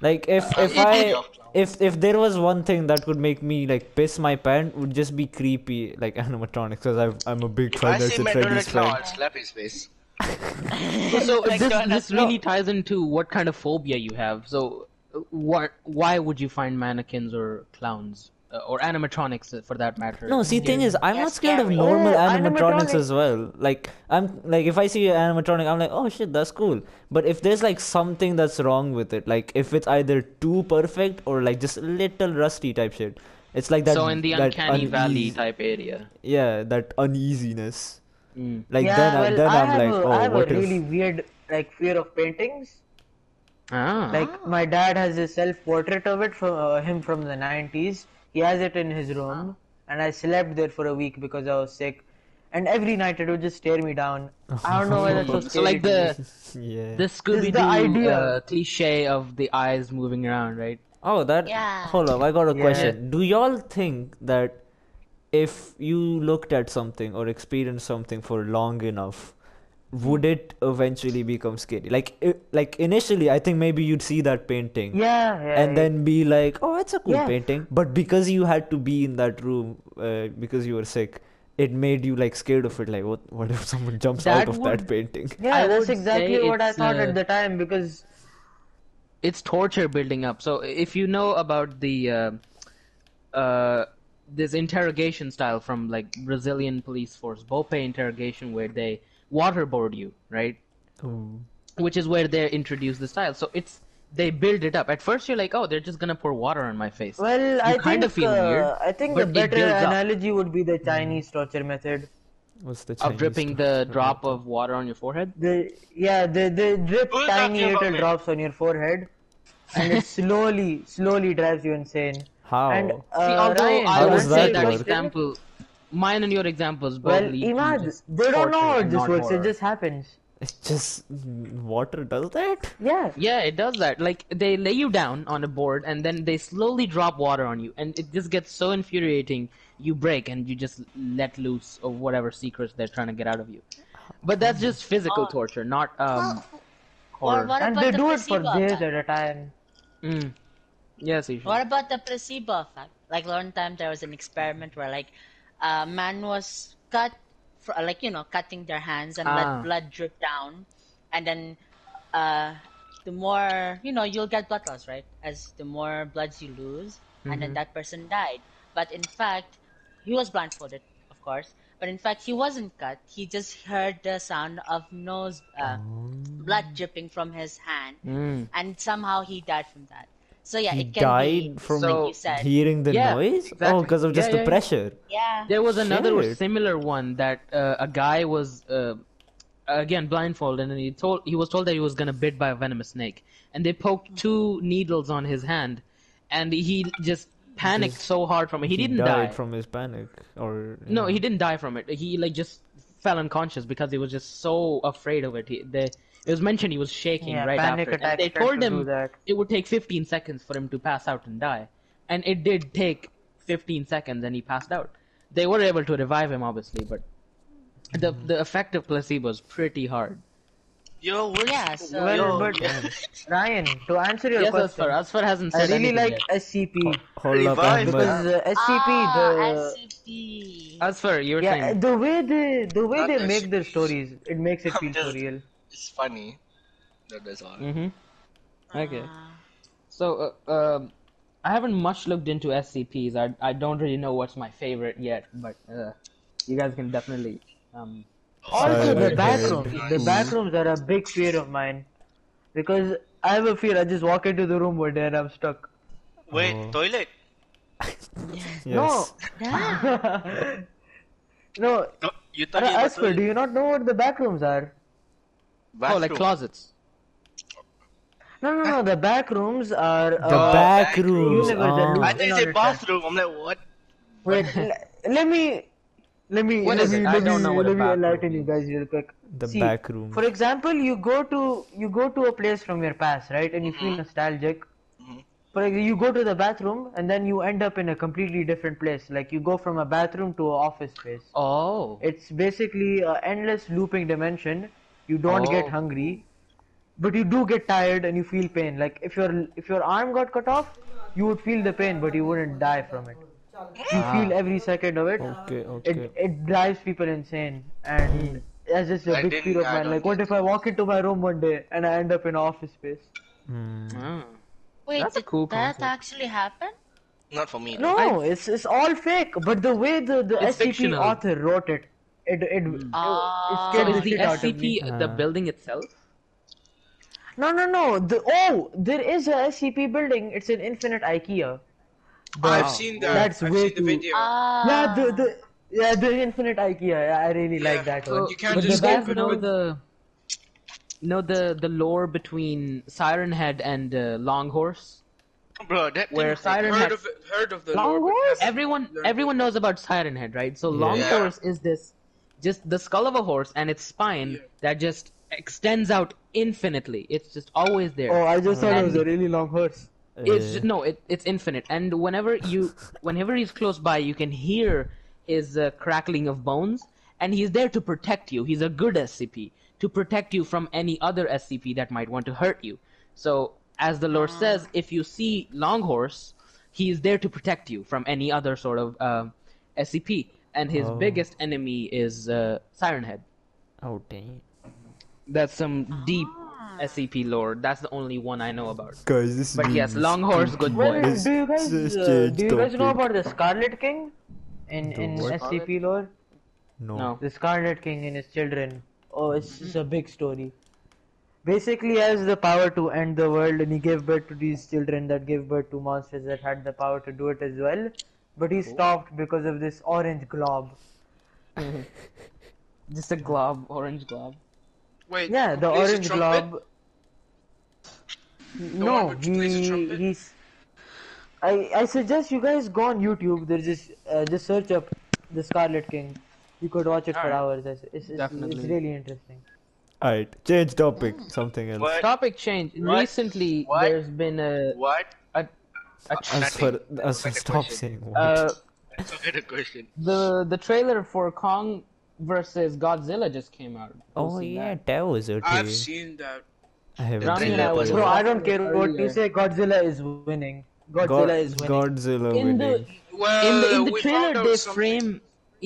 Speaker 2: like if if I if if there was one thing that could make me like piss my pant would just be creepy like animatronics because I'm I'm a big
Speaker 6: If
Speaker 2: fan
Speaker 6: I
Speaker 2: that's
Speaker 6: see
Speaker 2: a
Speaker 6: McDonald's
Speaker 2: Freddy's
Speaker 6: clown,
Speaker 2: fan.
Speaker 6: I'll slap his face.
Speaker 1: so this, this really ties into what kind of phobia you have. So, uh, what why would you find mannequins or clowns uh, or animatronics uh, for that matter?
Speaker 2: No, see, thing is, I'm
Speaker 3: They're
Speaker 2: not scared of
Speaker 3: scary.
Speaker 2: normal
Speaker 4: Yeah,
Speaker 2: animatronics
Speaker 4: animatronic-
Speaker 2: as well. Like, I'm like, if I see an animatronic, I'm like, oh shit, that's cool. But if there's like something that's wrong with it, like if it's either too perfect or like just little rusty type shit, it's like that.
Speaker 1: so in the
Speaker 2: that e-
Speaker 1: uncanny valley
Speaker 2: uneas-
Speaker 1: type area.
Speaker 2: Yeah, that uneasiness.
Speaker 1: Mm.
Speaker 2: Like
Speaker 4: yeah,
Speaker 2: then, I,
Speaker 4: well,
Speaker 2: then
Speaker 4: I
Speaker 2: I'm
Speaker 4: have
Speaker 2: like,
Speaker 4: a,
Speaker 2: oh,
Speaker 4: I have a
Speaker 2: what if?
Speaker 4: really weird like fear of paintings.
Speaker 1: Ah,
Speaker 4: Like my dad has a self-portrait of it from uh, him from the 90s. He has it in his
Speaker 2: Ah.
Speaker 4: room, and I slept there for a week because I was sick. And every night it would just stare me down. I don't know why that's so scary.
Speaker 1: so like
Speaker 4: to
Speaker 1: the
Speaker 4: me.
Speaker 2: Yeah.
Speaker 1: the Scooby Doo
Speaker 4: idea.
Speaker 1: uh, cliche of the eyes moving around, right?
Speaker 2: Oh, that.
Speaker 3: Yeah.
Speaker 2: Hold up, I got a
Speaker 4: Yeah.
Speaker 2: question. Do y'all think that if you looked at something or experienced something for long enough, would it eventually become scary? Like, i like initially, I think maybe you'd see that painting
Speaker 4: yeah, yeah.
Speaker 2: and then be like, "Oh, it's a cool
Speaker 4: Yeah.
Speaker 2: painting," but because you had to be in that room uh, because you were sick. It made you like scared of it, like what? What if someone jumps out
Speaker 1: That
Speaker 2: of that
Speaker 1: would-
Speaker 2: painting?
Speaker 4: yeah,
Speaker 1: I
Speaker 4: that's
Speaker 1: would
Speaker 4: exactly
Speaker 1: say
Speaker 4: what I
Speaker 1: it's,
Speaker 4: thought
Speaker 1: uh,
Speaker 4: at the time because
Speaker 1: it's torture building up. So if you know about the uh, uh, this interrogation style from like Brazilian police force, Bope interrogation, where they waterboard you, right?
Speaker 2: Um,
Speaker 1: Which is where they introduce the style. So it's they build it up. At first, you're like, oh, they're just gonna pour water on my face.
Speaker 4: Well, I
Speaker 1: kinda
Speaker 4: think
Speaker 1: feel
Speaker 4: uh,
Speaker 1: weird,
Speaker 4: I think
Speaker 1: but
Speaker 4: the
Speaker 1: it
Speaker 4: better
Speaker 1: builds up. Hmm.
Speaker 4: analogy would be the Chinese torture method.
Speaker 2: What's the
Speaker 1: of
Speaker 2: Chinese
Speaker 1: dripping the drop of water on your forehead.
Speaker 4: The yeah, they they drip
Speaker 6: Who's
Speaker 4: tiny
Speaker 6: talking about
Speaker 4: little
Speaker 6: me?
Speaker 4: drops on your forehead, and it slowly slowly drives you insane.
Speaker 2: How?
Speaker 4: And uh,
Speaker 1: Oh. See, although
Speaker 4: Ryan,
Speaker 1: I
Speaker 2: How
Speaker 1: would
Speaker 2: does
Speaker 1: say
Speaker 2: that
Speaker 1: that
Speaker 2: work?
Speaker 1: example, mine and your examples both
Speaker 4: well,
Speaker 1: lead to
Speaker 4: Imad,
Speaker 1: just
Speaker 4: they don't know
Speaker 1: torture
Speaker 4: how
Speaker 1: and
Speaker 4: this
Speaker 1: not
Speaker 4: works. It
Speaker 1: horror.
Speaker 4: just happens.
Speaker 2: It's just water does that?
Speaker 4: Yeah.
Speaker 1: Yeah, it does that. Like they lay you down on a board and then they slowly drop water on you, and it just gets so infuriating. You break and you just let loose of whatever secrets they're trying to get out of you. But that's just physical torture, not um.
Speaker 8: Well,
Speaker 1: horror.
Speaker 3: Or what
Speaker 4: And
Speaker 3: about
Speaker 4: they
Speaker 3: the
Speaker 4: do it for
Speaker 3: placebo
Speaker 4: days
Speaker 3: effect?
Speaker 4: at a time.
Speaker 1: Mm. Yes, Ishan.
Speaker 3: What about the placebo effect? Like one time there was an experiment where like a man was cut, for, like you know, cutting their hands and
Speaker 1: Ah.
Speaker 3: let blood drip down, and then uh, the more you know, you'll get blood loss, right? As the more bloods you lose, and
Speaker 2: Mm-hmm.
Speaker 3: then that person died. But in fact, he was blindfolded, of course. But in fact, he wasn't cut. He just heard the sound of nose uh,
Speaker 2: Oh.
Speaker 3: blood dripping from his hand,
Speaker 1: Mm.
Speaker 3: and somehow he died from that. So yeah,
Speaker 2: He
Speaker 3: it can
Speaker 2: died
Speaker 3: be,
Speaker 2: from
Speaker 3: like you said.
Speaker 2: Hearing the
Speaker 1: Yeah,
Speaker 2: noise? Oh,
Speaker 1: exactly.
Speaker 2: because of
Speaker 1: Yeah,
Speaker 2: just the
Speaker 1: yeah, yeah.
Speaker 2: pressure.
Speaker 3: yeah.
Speaker 1: There was another
Speaker 2: Shit.
Speaker 1: similar one that uh, a guy was uh, again blindfolded, and he told he was told that he was gonna bit by a venomous snake, and they poked two needles on his hand, and he just panicked so hard from it. He, didn't
Speaker 2: died
Speaker 1: die.
Speaker 2: from his panic, or
Speaker 1: no, he didn't die from it. He like just fell unconscious because he was just so afraid of it. He, they, it was mentioned he was shaking
Speaker 4: Yeah,
Speaker 1: right
Speaker 4: panic
Speaker 1: after, it, and
Speaker 4: attacks
Speaker 1: they
Speaker 4: tend
Speaker 1: told
Speaker 4: to do
Speaker 1: him
Speaker 4: that.
Speaker 1: it would take 15 seconds for him to pass out and die, and it did take 15 seconds, and he passed out. They were able to revive him, obviously, but the
Speaker 4: Mm-hmm.
Speaker 1: the effect of placebo is pretty hard.
Speaker 6: Yo, what?
Speaker 3: Yeah, so
Speaker 4: Well,
Speaker 6: Yo,
Speaker 4: but Ryan, to answer your
Speaker 1: Yes,
Speaker 4: question,
Speaker 1: Asfar. Asfar hasn't
Speaker 4: I
Speaker 1: said
Speaker 4: really
Speaker 1: anything
Speaker 4: like
Speaker 1: yet.
Speaker 4: SCP
Speaker 2: Hold up,
Speaker 6: Revive
Speaker 2: Ahmed.
Speaker 4: because uh, SCP the
Speaker 3: ah, SCP.
Speaker 1: Asfar, you were
Speaker 4: yeah uh,
Speaker 1: saying.
Speaker 4: the way they the way
Speaker 6: Not
Speaker 4: they make their
Speaker 6: SCPs.
Speaker 4: stories it makes it feel so
Speaker 6: Just-
Speaker 4: real.
Speaker 6: It's funny. That is all.
Speaker 1: Mm-hmm. Okay.
Speaker 3: Ah.
Speaker 1: So, uh, um, I haven't much looked into SCPs. I, I don't really know what's my favorite yet, but uh, you guys can definitely. Um,
Speaker 4: Also, the
Speaker 2: okay.
Speaker 4: backrooms. The
Speaker 2: Mm.
Speaker 4: backrooms are a big fear of mine. Because I have a fear, I just walk into the room one day and I'm stuck.
Speaker 7: Wait,
Speaker 6: Oh.
Speaker 7: toilet?
Speaker 2: Yes.
Speaker 3: Ah,
Speaker 4: No,
Speaker 7: No, you thought you were
Speaker 4: Asper, do you not know what the backrooms are?
Speaker 1: oh, like closets.
Speaker 4: No, no, no, the backrooms are.
Speaker 2: The
Speaker 1: Oh,
Speaker 4: uh,
Speaker 2: back
Speaker 6: back
Speaker 2: rooms.
Speaker 4: universe that
Speaker 2: ah.
Speaker 7: I think it's a
Speaker 4: Another
Speaker 7: bathroom. I'm like, what?
Speaker 4: Wait, l- let me. Let me.
Speaker 1: What
Speaker 4: let
Speaker 1: is
Speaker 4: me,
Speaker 1: it? I
Speaker 4: Let
Speaker 1: don't
Speaker 4: me,
Speaker 1: know what
Speaker 4: let
Speaker 1: a
Speaker 4: me
Speaker 1: back room
Speaker 4: enlighten you
Speaker 1: means.
Speaker 4: guys real quick.
Speaker 2: The
Speaker 4: See,
Speaker 2: back room.
Speaker 4: For example, you go to you go to a place from your past, right, and you feel nostalgic. For ex- you go to the bathroom and then you end up in a completely different place. Like you go from a bathroom to an office space.
Speaker 1: Oh.
Speaker 4: It's basically an endless looping dimension. You don't
Speaker 1: Oh.
Speaker 4: get hungry, but you do get tired and you feel pain. Like if your if your arm got cut off, you would feel the pain, but you wouldn't die from it. You feel every second of it.
Speaker 2: Okay, okay.
Speaker 4: It it drives people insane, and that's just a
Speaker 6: I
Speaker 4: big
Speaker 6: didn't-
Speaker 4: fear of
Speaker 6: I
Speaker 4: mine.
Speaker 6: don't
Speaker 4: Like, what
Speaker 6: get
Speaker 4: if I walk into my room one day and I end up in an office space?
Speaker 1: Ah.
Speaker 3: Wait,
Speaker 1: That's a
Speaker 3: did
Speaker 1: cool
Speaker 3: that
Speaker 1: concept.
Speaker 3: actually happen?
Speaker 6: Not for me.
Speaker 4: No, it's it's all fake. But the way the the
Speaker 1: It's
Speaker 4: SCP
Speaker 1: fictional.
Speaker 4: author wrote it, it it, it
Speaker 3: Ah.
Speaker 1: So
Speaker 4: scared the
Speaker 1: is the
Speaker 4: shit out of me.
Speaker 1: SCP uh, the building itself?
Speaker 4: No, no, no. The oh, there is a SCP building. It's an infinite IKEA.
Speaker 6: I've seen that.
Speaker 4: That's
Speaker 6: I've
Speaker 4: way
Speaker 6: seen the
Speaker 4: too-
Speaker 6: video.
Speaker 3: Ah.
Speaker 4: Yeah, the the yeah the infinite IKEA. Yeah, I really like that
Speaker 6: So-
Speaker 4: one.
Speaker 6: you can't
Speaker 1: but
Speaker 6: just
Speaker 1: the guys
Speaker 6: open
Speaker 1: know
Speaker 6: with-
Speaker 1: the know the the lore between Siren Head and uh, Long Horse.
Speaker 7: Bro, that thing-
Speaker 1: Where Siren
Speaker 6: heard
Speaker 1: Head,
Speaker 6: of it, heard of the
Speaker 4: Long
Speaker 6: Lord, but
Speaker 4: horse?
Speaker 6: haven't
Speaker 1: everyone
Speaker 6: learned
Speaker 1: everyone knows about Siren Head, right? So Long
Speaker 6: Yeah.
Speaker 1: Horse is this just the skull of a horse and its spine that just extends out infinitely. It's just always there.
Speaker 4: Oh, I just thought it was a
Speaker 1: And-
Speaker 4: really long horse.
Speaker 2: Uh,
Speaker 1: It's just, no, it, it's infinite, and whenever you, whenever he's close by, you can hear his uh, crackling of bones, and he's there to protect you. He's a good SCP to protect you from any other SCP that might want to hurt you. So, as the lore says, if you see Longhorse, he's there to protect you from any other sort of uh, SCP, and his
Speaker 2: Oh.
Speaker 1: biggest enemy is uh, Siren Head.
Speaker 2: Oh, dang.
Speaker 1: That's some deep SCP lore. That's the only one I know about.
Speaker 2: Guys, this
Speaker 1: But yes, long horse, good
Speaker 4: Well,
Speaker 1: boy.
Speaker 2: Let's
Speaker 4: do you guys
Speaker 2: just
Speaker 4: uh,
Speaker 2: change
Speaker 4: do you guys know
Speaker 2: topic.
Speaker 4: about the Scarlet King in
Speaker 2: The
Speaker 4: in
Speaker 2: what?
Speaker 4: SCP lore?
Speaker 2: No.
Speaker 1: No.
Speaker 4: The Scarlet King and his children. Oh, it's, it's a big story. Basically, he has the power to end the world, and he gave birth to these children that gave birth to monsters that had the power to do it as well. But he stopped because of this orange glob.
Speaker 1: Just a glob, orange glob.
Speaker 6: Wait.
Speaker 4: Yeah,
Speaker 6: who
Speaker 4: the
Speaker 6: plays
Speaker 4: orange
Speaker 6: trumpet?
Speaker 4: glob.
Speaker 6: one
Speaker 4: No,
Speaker 6: which plays the
Speaker 4: he,
Speaker 6: trumpet?
Speaker 4: he's. I I suggest you guys go on YouTube. There's just uh, just search up the Scarlet King. You could watch it for
Speaker 6: Alright.
Speaker 4: hours. It's it's, it's, it's
Speaker 1: Definitely.
Speaker 4: really interesting.
Speaker 2: Alright, change topic. Something else.
Speaker 7: What?
Speaker 1: Topic change.
Speaker 7: What?
Speaker 1: Recently,
Speaker 7: What?
Speaker 1: there's been a,
Speaker 7: What?
Speaker 1: a
Speaker 2: I'm
Speaker 7: Nothing.
Speaker 2: sorry. I'm sorry,
Speaker 7: Wait a
Speaker 2: stop
Speaker 7: question.
Speaker 2: saying what.
Speaker 1: uh,
Speaker 7: That's a good question.
Speaker 1: the the trailer for Kong versus Godzilla just came out. Did you
Speaker 2: oh
Speaker 1: see
Speaker 2: yeah,
Speaker 1: that?
Speaker 2: that, was okay.
Speaker 6: I've seen that.
Speaker 2: I haven't
Speaker 1: Rami
Speaker 2: seen
Speaker 1: and I
Speaker 2: that
Speaker 1: was
Speaker 2: yet.
Speaker 4: Bro, I don't care
Speaker 1: Earlier.
Speaker 4: what you say. Godzilla is winning. Godzilla
Speaker 2: God-
Speaker 4: is winning.
Speaker 2: Godzilla
Speaker 1: In the-
Speaker 2: winning.
Speaker 6: Well,
Speaker 1: in the,
Speaker 7: Uh,
Speaker 1: in the
Speaker 6: we found
Speaker 1: trailer
Speaker 6: out
Speaker 1: they
Speaker 6: something.
Speaker 1: frame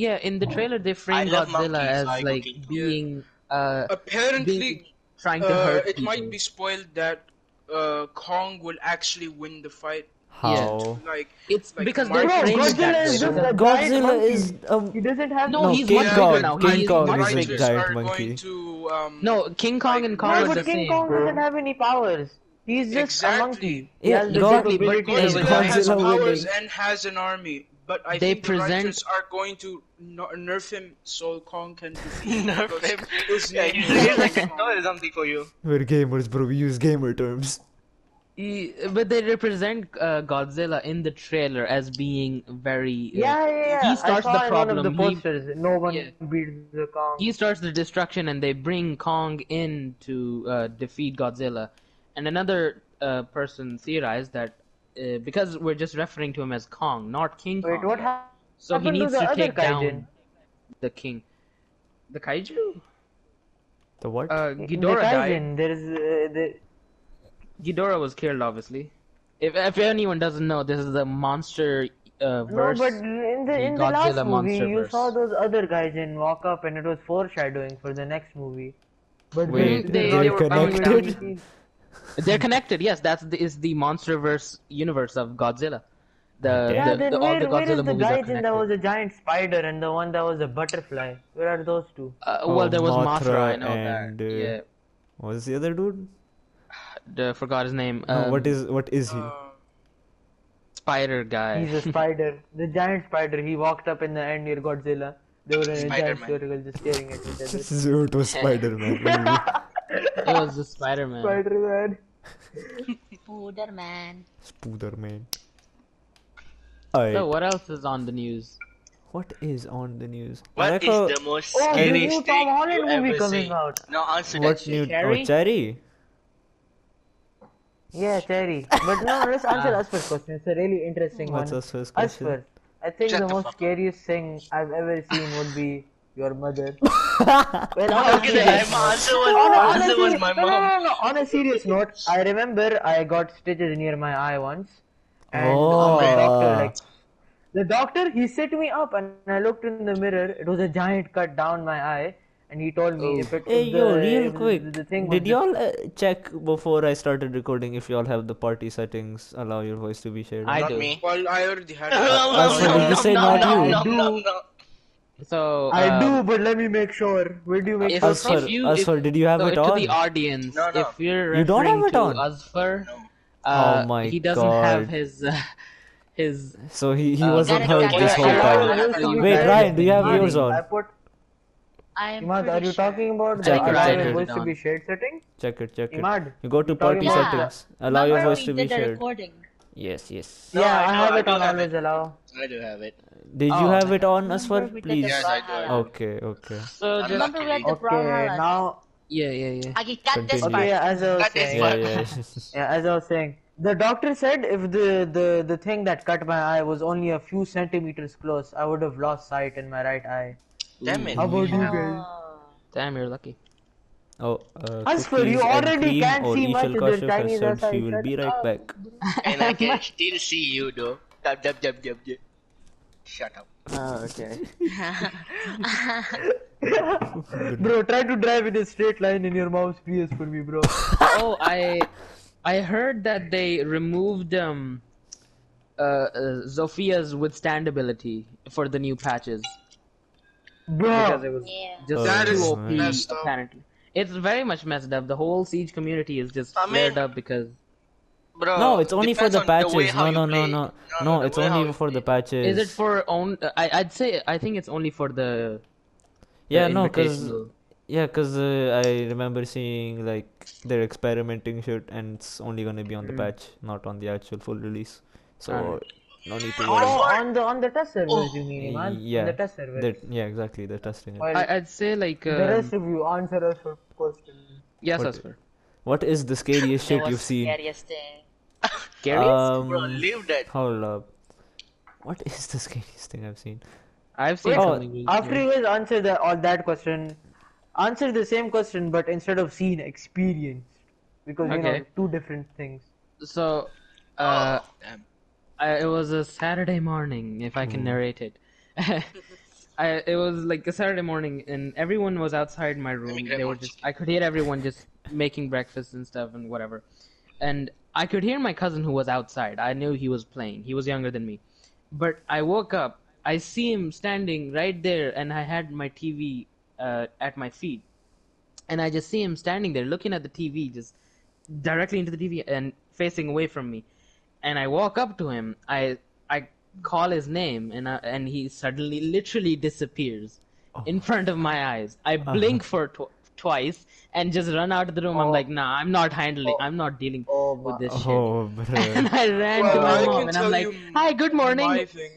Speaker 1: yeah in the trailer they frame
Speaker 7: I love
Speaker 1: godzilla
Speaker 7: monkeys,
Speaker 1: as
Speaker 7: I
Speaker 1: like
Speaker 7: fucking-
Speaker 1: being uh
Speaker 6: Apparently,
Speaker 1: being trying to
Speaker 6: uh,
Speaker 1: hurt
Speaker 6: it might
Speaker 1: people.
Speaker 6: be spoiled that uh, Kong will actually win the fight.
Speaker 2: How?
Speaker 6: Like,
Speaker 1: it's
Speaker 6: like
Speaker 1: because
Speaker 6: Mark-
Speaker 1: they
Speaker 4: Bro,
Speaker 1: framed it
Speaker 4: Godzilla
Speaker 1: that
Speaker 4: is
Speaker 1: way.
Speaker 4: just a giant
Speaker 2: Godzilla
Speaker 4: monkey.
Speaker 2: is
Speaker 4: He
Speaker 2: um.
Speaker 4: doesn't have
Speaker 1: No,
Speaker 2: No,
Speaker 1: Oh, he's
Speaker 2: King
Speaker 1: much
Speaker 2: Kong-
Speaker 1: bigger now.
Speaker 2: King
Speaker 1: Oh, he's
Speaker 2: Kong
Speaker 1: much
Speaker 2: is a
Speaker 1: bigger.
Speaker 6: monsters
Speaker 2: giant
Speaker 6: are
Speaker 2: monkey.
Speaker 6: going to um,
Speaker 1: No, King Kong and Kong
Speaker 4: No,
Speaker 1: was
Speaker 4: but
Speaker 1: the
Speaker 4: King
Speaker 1: same.
Speaker 4: Kong doesn't have any powers. He's just
Speaker 6: Exactly.
Speaker 4: a monkey. He
Speaker 2: Yeah,
Speaker 4: has the
Speaker 2: exactly,
Speaker 1: but
Speaker 4: capability
Speaker 1: Godzilla
Speaker 4: of
Speaker 6: Godzilla
Speaker 4: a
Speaker 2: Godzilla
Speaker 6: has powers
Speaker 2: winning.
Speaker 6: and has an army, but I
Speaker 1: They
Speaker 6: think
Speaker 1: present-
Speaker 6: the writers are going to ner- nerf him so Kong can defeat him.
Speaker 7: Nerf
Speaker 6: because
Speaker 7: him.
Speaker 6: His
Speaker 7: Yeah,
Speaker 6: name
Speaker 7: you
Speaker 6: is
Speaker 7: say like
Speaker 6: Kong.
Speaker 7: no, something for you.
Speaker 2: We're gamers, bro. We use gamer terms.
Speaker 1: He- but they represent uh, Godzilla in the trailer as being very uh,
Speaker 4: Yeah, yeah, yeah.
Speaker 1: He starts
Speaker 4: I saw
Speaker 1: the
Speaker 4: in One of
Speaker 1: problem.
Speaker 4: the
Speaker 1: He-
Speaker 4: posters. No one
Speaker 1: Yeah.
Speaker 4: beats the Kong.
Speaker 1: he starts the destruction and they bring Kong in to uh, defeat Godzilla. And another uh, person theorized that uh, because we're just referring to him as Kong, not King Kong.
Speaker 4: Wait, what happened?
Speaker 1: so he
Speaker 4: happened to
Speaker 1: needs
Speaker 4: the
Speaker 1: to
Speaker 4: other
Speaker 1: take
Speaker 4: kaijin?
Speaker 1: down the king. The kaiju?
Speaker 2: The what?
Speaker 1: Uh,
Speaker 4: the
Speaker 1: Ghidorah died.
Speaker 4: Kaijin, there is uh, the
Speaker 1: Ghidorah was killed, obviously. If, if anyone doesn't know, this is the monster uh,
Speaker 4: no,
Speaker 1: verse.
Speaker 4: but in the in the
Speaker 1: Godzilla
Speaker 4: last movie, you
Speaker 1: monsterverse.
Speaker 4: saw those other Kaijin walk up, and it was foreshadowing for the next movie. But
Speaker 2: Wait,
Speaker 1: they-
Speaker 2: they're
Speaker 1: they were
Speaker 4: finally
Speaker 2: connected?
Speaker 4: released.
Speaker 1: They're connected, yes. That's the, is the monsterverse universe of Godzilla. The,
Speaker 4: Yeah,
Speaker 1: the,
Speaker 4: then
Speaker 1: the, all
Speaker 4: where,
Speaker 1: the
Speaker 4: where is
Speaker 1: Godzilla
Speaker 4: the
Speaker 1: movies are
Speaker 4: Gaijin
Speaker 1: connected.
Speaker 4: that was a giant spider and the one that was a butterfly? Where are those two?
Speaker 1: Uh,
Speaker 2: Oh,
Speaker 1: well, there was
Speaker 2: Mothra
Speaker 1: Mothra, I know
Speaker 2: and, uh,
Speaker 1: that. Yeah,
Speaker 2: What is the other dude?
Speaker 1: the, forgot his name.
Speaker 2: No,
Speaker 1: um,
Speaker 2: what is what is he?
Speaker 6: Uh,
Speaker 1: Spider guy?
Speaker 4: He's a spider. the giant spider. He walked up in the end near Godzilla. They were in a giant
Speaker 7: Spider-Man.
Speaker 4: circle just staring at each other.
Speaker 2: This is it was Spider-Man. really.
Speaker 1: it was the Spider Man.
Speaker 4: Spider-Man.
Speaker 3: Ah, Spider-Man.
Speaker 2: Spooderman. Alright,
Speaker 1: So what else is on the news?
Speaker 2: what is on the news? I
Speaker 7: What
Speaker 2: like
Speaker 7: is
Speaker 2: how-
Speaker 7: the most
Speaker 4: Oh, the
Speaker 7: scary
Speaker 4: new
Speaker 7: thing
Speaker 4: Tom Holland
Speaker 7: you
Speaker 4: movie
Speaker 7: ever
Speaker 4: coming
Speaker 7: seen?
Speaker 4: out.
Speaker 7: No, answer that
Speaker 2: what
Speaker 7: shit.
Speaker 2: new?
Speaker 1: Cherry?
Speaker 2: Oh, Cherry.
Speaker 4: Yeah, Terry. But no, let's
Speaker 2: Ah.
Speaker 4: answer Asper's question. It's a really interesting
Speaker 2: What's
Speaker 4: one.
Speaker 2: us first question?
Speaker 4: Asper, I think
Speaker 7: Shut
Speaker 4: the
Speaker 7: the
Speaker 4: most
Speaker 7: fuck up.
Speaker 4: scariest thing I've ever seen would be your mother. well,
Speaker 7: Okay,
Speaker 4: honestly,
Speaker 7: then I'm answer was,
Speaker 4: No, no, on, a
Speaker 7: answer was
Speaker 4: serious,
Speaker 7: my
Speaker 4: no, no,
Speaker 7: mom.
Speaker 4: no, no, on a serious note, I remember I got stitches near my eye once. And
Speaker 2: Oh.
Speaker 4: the doctor, like, the doctor, he set me up and I looked in the mirror. It was a giant cut down my eye. And he told
Speaker 7: Oh.
Speaker 4: me if it
Speaker 2: Hey
Speaker 4: if
Speaker 2: yo,
Speaker 4: the,
Speaker 2: real
Speaker 4: if
Speaker 2: quick.
Speaker 4: The thing
Speaker 2: Did
Speaker 4: was-
Speaker 2: y'all uh, check before I started recording if y'all have the party settings allow your voice to be shared?
Speaker 1: I
Speaker 7: Not
Speaker 1: do.
Speaker 7: me.
Speaker 6: well, I already had.
Speaker 2: Asper,
Speaker 7: no,
Speaker 2: did you
Speaker 7: no,
Speaker 2: say
Speaker 7: no,
Speaker 2: not
Speaker 7: no,
Speaker 2: you?
Speaker 7: no, no,
Speaker 4: Do-
Speaker 7: no.
Speaker 1: So
Speaker 7: Uh,
Speaker 4: I
Speaker 1: um,
Speaker 4: do, but let me make sure. Where do you make
Speaker 1: If,
Speaker 4: sure?
Speaker 2: Asfer,
Speaker 1: if you,
Speaker 2: Asfer,
Speaker 1: if,
Speaker 2: did you have
Speaker 1: so
Speaker 2: it
Speaker 1: to the
Speaker 2: on?
Speaker 1: audience,
Speaker 7: No, no.
Speaker 1: if you're referring
Speaker 2: You don't have it
Speaker 1: to
Speaker 2: on.
Speaker 1: Asfer,
Speaker 2: Oh
Speaker 1: uh,
Speaker 2: my
Speaker 1: he doesn't
Speaker 2: God.
Speaker 1: have his uh, his.
Speaker 2: so he, he
Speaker 1: Uh,
Speaker 2: wasn't
Speaker 3: gotta
Speaker 2: heard
Speaker 3: check
Speaker 2: this
Speaker 3: it
Speaker 2: whole
Speaker 3: out.
Speaker 2: time.
Speaker 1: have it on.
Speaker 2: Wait, Ryan, do you have
Speaker 4: Imad,
Speaker 2: yours on?
Speaker 4: I put,
Speaker 3: I'm
Speaker 4: Imad, are
Speaker 3: pretty
Speaker 4: you
Speaker 3: sure.
Speaker 4: talking about
Speaker 2: Check
Speaker 4: the
Speaker 2: it,
Speaker 4: allow
Speaker 2: check
Speaker 4: your
Speaker 2: it.
Speaker 4: voice to be shared setting?
Speaker 2: Check it, check it.
Speaker 4: Imad,
Speaker 2: You go to
Speaker 4: you talking
Speaker 2: party
Speaker 3: about- Yeah.
Speaker 2: settings. Allow your
Speaker 3: Remember
Speaker 2: voice
Speaker 3: we
Speaker 2: to be
Speaker 3: did the
Speaker 2: shared.
Speaker 3: recording.
Speaker 2: Yes, yes.
Speaker 7: No,
Speaker 4: yeah,
Speaker 7: I
Speaker 4: I
Speaker 7: know,
Speaker 4: have
Speaker 7: I
Speaker 4: it on
Speaker 7: don't have
Speaker 4: always alallow.
Speaker 7: I do have it.
Speaker 2: Did you
Speaker 1: Oh.
Speaker 2: have it on, Asfer?
Speaker 3: Remember we did
Speaker 2: Please.
Speaker 3: the
Speaker 7: Yes, I do.
Speaker 3: Brawlhalla.
Speaker 2: Okay, okay.
Speaker 1: So
Speaker 7: I'm
Speaker 1: just
Speaker 3: Remember we had the
Speaker 4: Okay,
Speaker 3: Brawlhalla.
Speaker 4: now
Speaker 1: yeah, yeah, yeah.
Speaker 3: I can cut this
Speaker 2: Continue.
Speaker 4: okay,
Speaker 3: part.
Speaker 4: yeah, as I was
Speaker 7: That is
Speaker 4: saying,
Speaker 2: Yeah, yeah.
Speaker 4: yeah, as I was saying, the doctor said if the, the the thing that cut my eye was only a few centimeters close, I would have lost sight in my right eye.
Speaker 7: Damn it.
Speaker 4: How about
Speaker 3: Oh.
Speaker 4: you guys?
Speaker 1: Damn, you're lucky.
Speaker 2: Oh, uh,
Speaker 4: Asfer, you
Speaker 2: cookies and
Speaker 4: already
Speaker 2: cream
Speaker 4: can't
Speaker 2: or
Speaker 4: see
Speaker 2: Ishal
Speaker 4: much of the
Speaker 2: Kashyap has
Speaker 4: Chinese
Speaker 2: said
Speaker 4: as
Speaker 2: she
Speaker 4: I
Speaker 2: will be
Speaker 4: said.
Speaker 2: right back.
Speaker 7: And I can still see you though. Dub, dub, dub, dub, dub. Shut up.
Speaker 1: Oh, okay.
Speaker 4: bro, try to drive with a straight line in your mom's Prius for me, bro.
Speaker 1: oh, I I heard that they removed um uh, uh Zofia's withstandability for the new patches because
Speaker 4: Bro,
Speaker 1: it was
Speaker 8: Yeah.
Speaker 1: just
Speaker 6: That
Speaker 1: too
Speaker 6: is
Speaker 1: OP
Speaker 6: messed up.
Speaker 1: apparently. It's very much messed up. The whole siege community is just
Speaker 7: I mean-
Speaker 1: flared up because
Speaker 7: Bro,
Speaker 2: no, it's only for
Speaker 7: depends
Speaker 2: the
Speaker 7: on way
Speaker 2: patches.
Speaker 7: how
Speaker 2: no,
Speaker 7: you
Speaker 2: no, no,
Speaker 7: play.
Speaker 2: no, no,
Speaker 7: no, the
Speaker 2: It's
Speaker 7: way how
Speaker 2: only
Speaker 7: you
Speaker 2: for the
Speaker 7: play.
Speaker 2: patches.
Speaker 1: is it for own? uh, I I'd say I think it's only for the, the
Speaker 2: yeah, no, because
Speaker 1: invitational.
Speaker 2: yeah, cause uh, I remember seeing like they're experimenting shit, and it's only gonna be on the patch, not on the actual full release. So
Speaker 1: Alright.
Speaker 2: no need to
Speaker 4: on,
Speaker 2: worry.
Speaker 4: on the on the test servers, you mean, man? On
Speaker 2: Yeah,
Speaker 4: the test servers.
Speaker 2: They're- yeah, exactly. They're testing it.
Speaker 4: While
Speaker 1: I, I'd say like
Speaker 4: the
Speaker 1: um,
Speaker 4: rest of you answer us for questions.
Speaker 1: yes,
Speaker 2: what-
Speaker 1: Asper.
Speaker 2: What is the scariest shit
Speaker 3: That
Speaker 2: you've
Speaker 3: was
Speaker 2: seen?
Speaker 3: scariest thing.
Speaker 2: Um,
Speaker 7: Bro, leave that.
Speaker 2: hold up. What is the scariest thing I've seen?
Speaker 1: I've seen
Speaker 2: Oh,
Speaker 1: something. really
Speaker 4: After
Speaker 1: scary.
Speaker 4: you guys answer the, all that question, answer the same question, but instead of seen, experienced. Because, you know,
Speaker 1: Okay.
Speaker 4: two different things.
Speaker 1: so
Speaker 7: Oh,
Speaker 1: uh
Speaker 6: damn.
Speaker 1: I, it was a saturday morning if i can narrate it I, it was like a saturday morning and everyone was outside my room
Speaker 7: grab
Speaker 1: they
Speaker 7: more
Speaker 1: were just i could hear everyone just making breakfast and stuff and whatever and i could hear my cousin who was outside i knew he was playing he was younger than me but i woke up i see him standing right there and i had my tv uh, at my feet and I just see him standing there looking at the TV, just directly into the TV and facing away from me. And I walk up to him. I I call his name, and I, and he suddenly, literally disappears
Speaker 2: Oh.
Speaker 1: in front of my eyes. I
Speaker 2: Uh-huh.
Speaker 1: blink for tw- twice and just run out of the
Speaker 6: Oh.
Speaker 1: room. I'm like, nah, I'm not handling. I'm not dealing with this shit.
Speaker 2: Oh,
Speaker 1: And
Speaker 2: bro.
Speaker 1: I ran to
Speaker 6: Well, I
Speaker 1: my
Speaker 6: can
Speaker 1: mom, and
Speaker 6: tell
Speaker 1: I'm like,
Speaker 6: you
Speaker 1: hi, good
Speaker 6: My
Speaker 1: morning,
Speaker 6: thing.